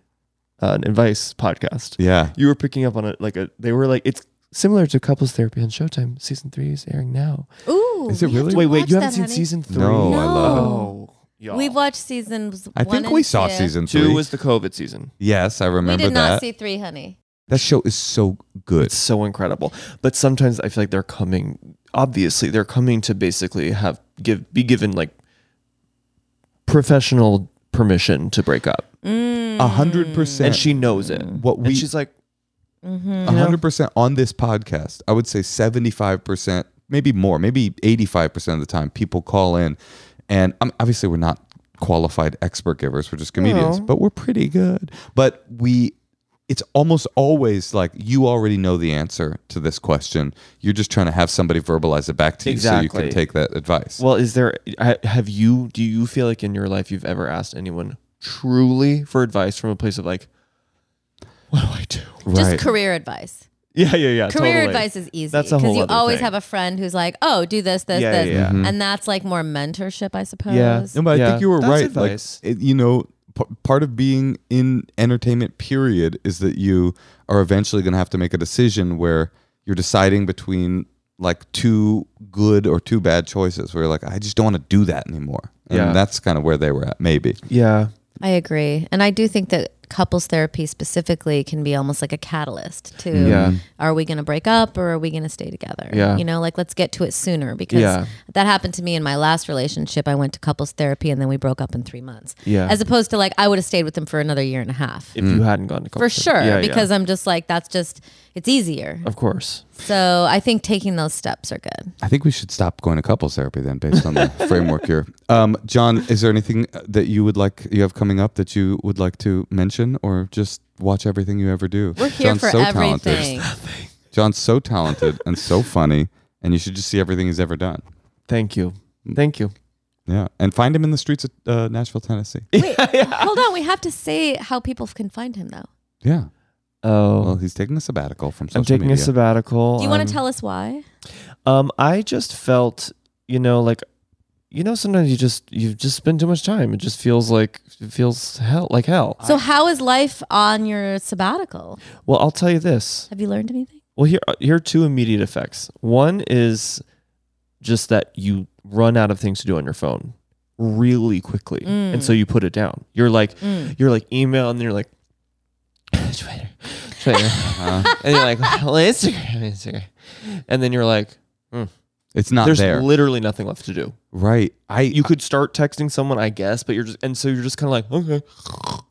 Speaker 3: an advice podcast.
Speaker 1: Yeah.
Speaker 3: you were picking up on it like a they were like it's similar to couples therapy on Showtime. Season three is airing now.
Speaker 2: Ooh,
Speaker 1: Is it
Speaker 2: we have
Speaker 1: really?
Speaker 2: to
Speaker 3: Wait,
Speaker 2: watch
Speaker 3: wait, you
Speaker 2: that,
Speaker 3: haven't seen
Speaker 2: honey.
Speaker 3: season three?
Speaker 1: No, I love
Speaker 2: it.
Speaker 3: Oh, y'all.
Speaker 2: We've watched seasons.
Speaker 1: I
Speaker 2: one
Speaker 1: think
Speaker 2: and
Speaker 1: we saw
Speaker 2: two.
Speaker 1: season three.
Speaker 3: two was the COVID season.
Speaker 1: yes, I
Speaker 2: We
Speaker 1: remember
Speaker 2: did
Speaker 1: that.
Speaker 2: not see three, honey.
Speaker 1: That show is so good.
Speaker 3: It's so incredible. But sometimes I feel like they're coming. Obviously, they're coming to basically have give be given like professional permission to break up,
Speaker 1: A hundred percent.
Speaker 3: and she knows it.
Speaker 1: What we-
Speaker 3: and she's like,
Speaker 1: a hundred percent on this podcast. I would say seventy-five percent, maybe more, maybe eighty-five percent of the time, people call in, and um, obviously we're not qualified expert givers. We're just comedians, but we're pretty good. But we. It's almost always like you already know the answer to this question. You're just trying to have somebody verbalize it back to you so you
Speaker 3: Exactly.
Speaker 1: can take that advice.
Speaker 3: well, is there? ha- Have you? Do you feel like in your life you've ever asked anyone truly for advice from a place of like, what do I do?
Speaker 2: Just career advice.
Speaker 3: Yeah, yeah,
Speaker 2: Career
Speaker 3: yeah. Uh, totally.
Speaker 2: advice is easy
Speaker 3: That's a
Speaker 2: because
Speaker 3: whole
Speaker 2: you
Speaker 3: other
Speaker 2: always
Speaker 3: thing.
Speaker 2: have a friend who's like, "Oh, do this, this,
Speaker 3: Yeah,
Speaker 2: this,"
Speaker 3: yeah, yeah.
Speaker 1: Mhm.
Speaker 2: and that's like more mentorship, I suppose.
Speaker 1: No, but I
Speaker 3: Yeah.
Speaker 1: think you were
Speaker 3: That's
Speaker 1: right.
Speaker 3: advice.
Speaker 1: Like, it, you know, p- part of being in entertainment, period, is that you are eventually going to have to make a decision where you're deciding between like two good or two bad choices. Where you're like, I just don't want to do that anymore. And
Speaker 3: Yeah.
Speaker 1: that's kind of where they were at, maybe.
Speaker 3: Yeah.
Speaker 2: I agree. And I do think that couples therapy specifically can be almost like a catalyst to
Speaker 3: Mm-hmm. Yeah.
Speaker 2: are we going to break up or are we going to stay together?
Speaker 3: Yeah.
Speaker 2: You know, like let's get to it sooner because
Speaker 3: Yeah.
Speaker 2: that happened to me in my last relationship. I went to couples therapy and then we broke up in three months.
Speaker 3: Yeah.
Speaker 2: As opposed to like, I would have stayed with them for another year and a half.
Speaker 3: if you hadn't gone to
Speaker 2: for
Speaker 3: culture.
Speaker 2: sure.
Speaker 3: Yeah, yeah.
Speaker 2: because I'm just like, that's just, it's easier.
Speaker 3: of course.
Speaker 2: So I think taking those steps are good.
Speaker 1: I think we should stop going to couples therapy then, based on the framework here. Um, John, is there anything that you would like you have coming up that you would like to mention, or just watch everything you ever do?
Speaker 2: We're here
Speaker 1: John's
Speaker 2: for
Speaker 1: so
Speaker 2: everything.
Speaker 1: talented. John's so talented and so funny, and you should just see everything he's ever done.
Speaker 3: Thank you. Thank you.
Speaker 1: Yeah, and find him in the streets of uh, Nashville, Tennessee.
Speaker 2: Wait, hold on. We have to say how people can find him though.
Speaker 1: Yeah.
Speaker 3: Oh,
Speaker 1: Well, he's taking a sabbatical from social
Speaker 3: I'm taking
Speaker 1: media.
Speaker 3: a sabbatical.
Speaker 2: Do you want
Speaker 3: I'm-
Speaker 2: to tell us why?
Speaker 3: Um, I just felt, you know, like, you know, sometimes you just you just spend too much time. It just feels like it feels hell, like hell.
Speaker 2: So how is life on your sabbatical?
Speaker 3: well, I'll tell you this.
Speaker 2: Have you learned anything?
Speaker 3: Well, here uh, here are two immediate effects. One is just that you run out of things to do on your phone really quickly, and so you put it down. You're like,
Speaker 2: Mm.
Speaker 3: you're like email, and then you're like, Twitter, Twitter,
Speaker 1: Uh-huh.
Speaker 3: and you're like, well, Instagram, Instagram, and then you're like,
Speaker 1: It's not
Speaker 3: there's
Speaker 1: there,
Speaker 3: literally nothing left to do.
Speaker 1: right? I
Speaker 3: you could start texting someone, I guess, but you're just and so you're just kind of like okay,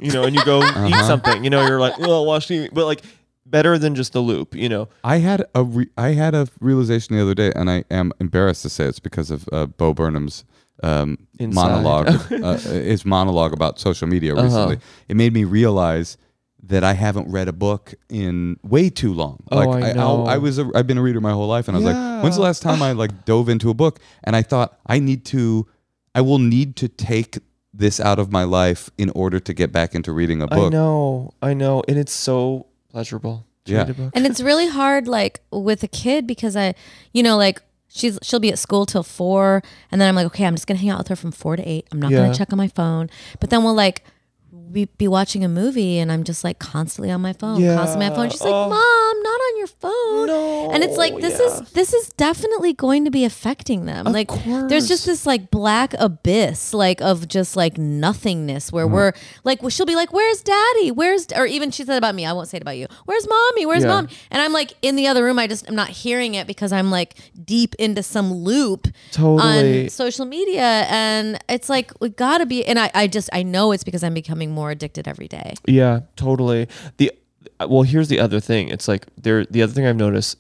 Speaker 3: you know, and you go
Speaker 1: Uh-huh.
Speaker 3: eat something, you know, you're like well, watch TV, but like better than just the loop, you know.
Speaker 1: I had a re- I had a realization the other day, and I am embarrassed to say it's because of uh, Bo Burnham's um,
Speaker 3: Inside. Uh-huh.
Speaker 1: monologue, uh, his monologue about social media recently. It made me realize that I haven't read a book in way too long.
Speaker 3: Oh, I know.
Speaker 1: I, was a, I've been a reader my whole life, and I was like, when's the
Speaker 3: Yeah.
Speaker 1: last time I like dove into a book? And I thought I need to, I will need to take this out of my life in order to get back into reading a
Speaker 3: I
Speaker 1: book.
Speaker 3: know, I know, and it's so pleasurable. to
Speaker 1: Yeah.
Speaker 3: read a book.
Speaker 2: And it's really hard, like with a kid, because I, you know, like she's she'll be at school till four, and then I'm like, okay, I'm just gonna hang out with her from four to eight. I'm not
Speaker 3: Yeah.
Speaker 2: gonna check on my phone. But then we'll like we be watching a movie, and I'm just like constantly on my phone, constantly on my phone. She's like,
Speaker 3: Yeah. Oh.
Speaker 2: mom, not on your phone.
Speaker 3: No,
Speaker 2: and it's
Speaker 1: Oh,
Speaker 2: like this
Speaker 3: Oh, yeah.
Speaker 2: is this is definitely going to be affecting them. like there's just
Speaker 3: course.
Speaker 2: this like black abyss, like of just like nothingness, where
Speaker 3: Mm-hmm.
Speaker 2: we're like well, she'll be like, "Where's daddy? Where's?" Or even she said about me. I won't say it about you. Where's mommy? Where's
Speaker 3: Yeah.
Speaker 2: mom? And I'm like in the other room. I just I'm not hearing it because I'm like deep into some loop
Speaker 3: totally.
Speaker 2: on social media, and it's like we gotta be. And I I just I know it's because I'm becoming more addicted every day.
Speaker 3: Yeah, totally. The uh, well, here's the other thing. It's like there. The other thing I've noticed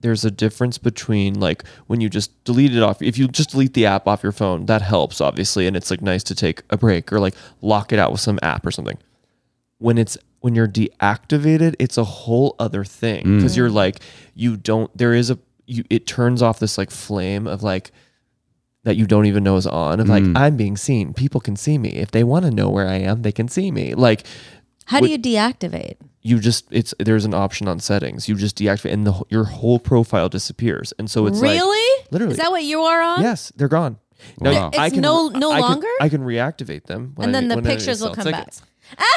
Speaker 3: there's a difference between like when you just delete it off. If you just delete the app off your phone, that helps obviously, and it's like nice to take a break or like lock it out with some app or something. When it's when you're deactivated, it's a whole other thing because you're like you don't. There is a you. It turns off this like flame of like that you don't even know is on of like I'm being seen. People can see me if they want to know where I am. They can see me. Like
Speaker 2: How
Speaker 3: Would-
Speaker 2: do you deactivate?
Speaker 3: you just it's there's an option on settings. You just deactivate and the wh- your whole profile disappears. And so it's like
Speaker 2: really?
Speaker 3: literally.
Speaker 2: Is that what you are on?
Speaker 3: yes, they're gone. Now,
Speaker 1: Wow.
Speaker 2: It's no- no
Speaker 3: I can-
Speaker 2: longer?
Speaker 3: I can reactivate them, when
Speaker 2: and
Speaker 3: I
Speaker 2: then
Speaker 3: need-
Speaker 2: the
Speaker 3: when I need to
Speaker 2: pictures will
Speaker 3: sell
Speaker 2: come
Speaker 3: tickets.
Speaker 2: back.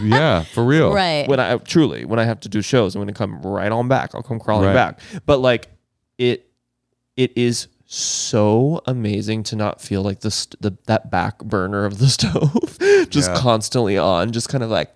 Speaker 1: yeah, for real.
Speaker 2: Right.
Speaker 3: When I truly when I have to do shows, I'm going to come right on back. I'll come crawling
Speaker 1: Right.
Speaker 3: back. But like it, it is so amazing to not feel like the st- the that back burner of the stove just
Speaker 1: Yeah.
Speaker 3: constantly on, just kind of like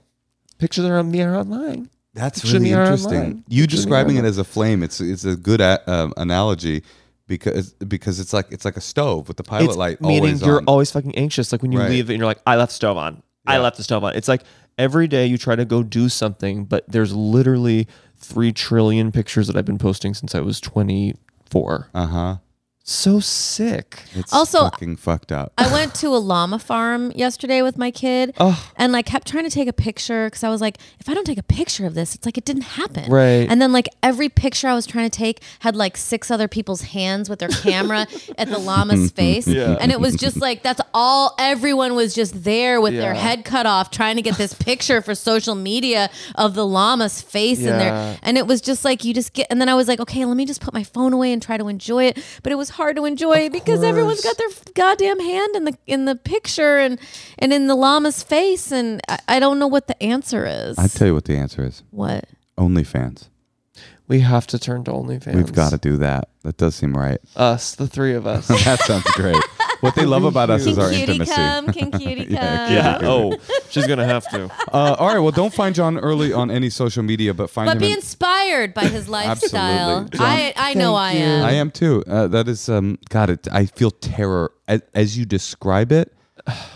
Speaker 3: pictures are on the air online.
Speaker 1: That's
Speaker 3: It should
Speaker 1: really
Speaker 3: be our
Speaker 1: interesting.
Speaker 3: line.
Speaker 1: You
Speaker 3: It should be
Speaker 1: describing
Speaker 3: our
Speaker 1: it as a flame. It's it's a good a, um, analogy because because it's like it's like a stove with the pilot
Speaker 3: It's
Speaker 1: light
Speaker 3: meaning
Speaker 1: always
Speaker 3: you're
Speaker 1: on.
Speaker 3: always fucking anxious like when you
Speaker 1: Right.
Speaker 3: leave and you're like i left the stove on i
Speaker 1: Yeah.
Speaker 3: left the stove on it's like every day you try to go do something but there's literally 3 trillion pictures that i've been posting since i was 24
Speaker 1: uh huh.
Speaker 3: so sick
Speaker 1: It's
Speaker 2: Also-
Speaker 1: fucking fucked up.
Speaker 2: I went to a llama farm yesterday with my kid,
Speaker 3: oh
Speaker 2: and like kept trying to take a picture because I was like, if I don't take a picture of this, it's like it didn't happen.
Speaker 3: Right.
Speaker 2: And then like every picture I was trying to take had like six other people's hands with their camera at the llama's face,
Speaker 3: Yeah.
Speaker 2: and it was just like that's all. Everyone was just there with their
Speaker 3: Yeah.
Speaker 2: head cut off trying to get this picture for social media of the llama's face in
Speaker 3: Yeah.
Speaker 2: there, and it was just like you just get. And then I was like, okay, let me just put my phone away and try to enjoy it, but it was hard to enjoy because everyone's
Speaker 3: course.
Speaker 2: got their f- goddamn hand in the in the picture and and in the llama's face, and I, I don't know what the answer is.
Speaker 1: I tell you what the answer is.
Speaker 2: what?
Speaker 1: OnlyFans.
Speaker 3: we have to turn to onlyfans
Speaker 1: We've got to do that. That does seem right.
Speaker 3: us the three of us
Speaker 1: that sounds great. What they love about us
Speaker 2: Can
Speaker 1: is our
Speaker 2: cutie
Speaker 1: intimacy.
Speaker 2: come? Can cutie come?
Speaker 1: Yeah, cutie
Speaker 3: Yeah. Oh, she's gonna have to.
Speaker 1: Uh, all right. Well, don't find John early on any social media, but find
Speaker 2: But
Speaker 1: him.
Speaker 2: be
Speaker 1: in-
Speaker 2: inspired by his lifestyle.
Speaker 1: Absolutely.
Speaker 2: I, I know I am.
Speaker 1: I am too. Uh, that is, um, God, it, I feel terror as, as you describe it.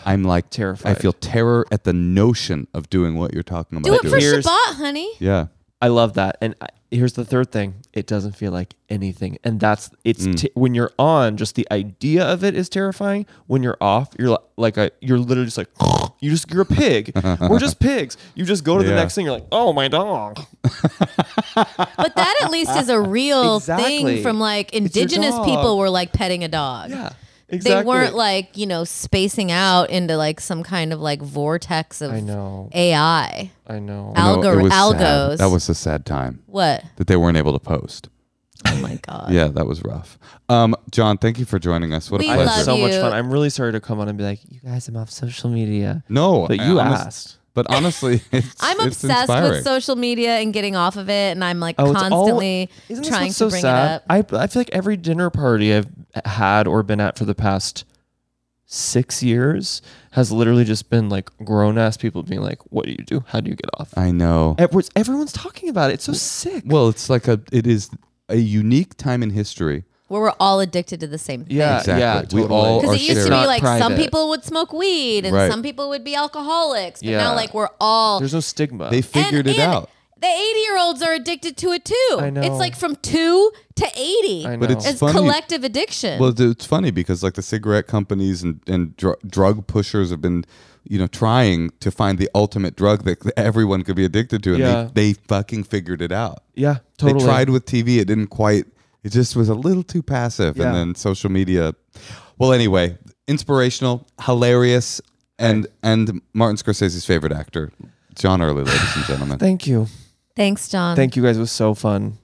Speaker 1: I'm like
Speaker 3: Terrified.
Speaker 1: I feel terror at the notion of doing what you're talking about.
Speaker 2: Do it for
Speaker 1: doing.
Speaker 3: Here's-
Speaker 2: Shabbat, honey.
Speaker 1: yeah.
Speaker 3: I love that. And I, here's the third thing: it doesn't feel like anything, and that's it's
Speaker 1: Mm.
Speaker 3: te- when you're on. Just the idea of it is terrifying. When you're off, you're li- like a you're literally just like you just you're a pig. We're just pigs. You just go to
Speaker 1: Yeah.
Speaker 3: the next thing. You're like, oh my dog.
Speaker 2: But that at least is a real thing
Speaker 3: Exactly.
Speaker 2: from like
Speaker 3: your
Speaker 2: indigenous
Speaker 3: dog.
Speaker 2: people were like petting a dog.
Speaker 3: Yeah, exactly.
Speaker 2: They weren't like, you know, spacing out into like some kind of like vortex of
Speaker 3: I know.
Speaker 2: AI.
Speaker 3: I know.
Speaker 2: Algor-
Speaker 1: No, it was sad.
Speaker 2: algos.
Speaker 1: That was a sad time
Speaker 2: What?
Speaker 1: that they weren't able to post.
Speaker 2: Oh my God.
Speaker 1: Yeah, that was rough. Um, John, thank you for joining us. What a
Speaker 2: We
Speaker 1: pleasure.
Speaker 3: I had
Speaker 2: love
Speaker 3: so much
Speaker 2: you.
Speaker 3: fun. I'm really sorry to come on and be like, you guys, I'm off social media.
Speaker 1: No,
Speaker 3: But
Speaker 1: I
Speaker 3: you
Speaker 1: honest-
Speaker 3: asked.
Speaker 1: But honestly, it's,
Speaker 2: I'm
Speaker 1: it's
Speaker 2: obsessed
Speaker 1: inspiring.
Speaker 2: with social media and getting off of it, and I'm like
Speaker 3: Oh, it's all-
Speaker 2: constantly
Speaker 3: Isn't this
Speaker 2: trying
Speaker 3: what's so
Speaker 2: to bring
Speaker 3: sad?
Speaker 2: it up.
Speaker 3: I, I feel like every dinner party I've had or been at for the past six years has literally just been like grown ass people being like, what do you do? How do you get off?
Speaker 1: I know.
Speaker 3: Everyone's, everyone's talking about it. It's so sick.
Speaker 1: Well, it's like a. It is a unique time in history.
Speaker 2: where we're all addicted to the same thing.
Speaker 3: yeah,
Speaker 1: Exactly.
Speaker 3: yeah.
Speaker 1: We
Speaker 3: totally.
Speaker 1: all
Speaker 2: Because
Speaker 1: are
Speaker 2: it used to
Speaker 1: sharing.
Speaker 2: be
Speaker 3: Not
Speaker 2: like some
Speaker 3: private.
Speaker 2: people would smoke weed and
Speaker 1: Right.
Speaker 2: some people would be alcoholics, but
Speaker 3: Yeah.
Speaker 2: now like we're all
Speaker 3: There's no stigma.
Speaker 1: They figured
Speaker 2: and,
Speaker 1: it
Speaker 2: and
Speaker 1: out.
Speaker 2: The 80 year olds are addicted to it too.
Speaker 3: I know.
Speaker 2: It's like from two to 80.
Speaker 3: I know.
Speaker 1: But it's,
Speaker 2: It's
Speaker 1: funny.
Speaker 2: collective addiction.
Speaker 1: Well, th- it's funny because like the cigarette companies and and dr- drug pushers have been, you know, trying to find the ultimate drug that everyone could be addicted to, and
Speaker 3: Yeah.
Speaker 1: they, they fucking figured it out.
Speaker 3: yeah, totally.
Speaker 1: They tried with TV, it didn't quite. It just was a little too passive,
Speaker 3: Yeah.
Speaker 1: and then social media. Well, anyway, inspirational, hilarious, and and Martin Scorsese's favorite actor, John Early, ladies and gentlemen.
Speaker 2: Um,
Speaker 3: Thank you.
Speaker 2: Thanks, John.
Speaker 3: Thank you guys. It was so fun.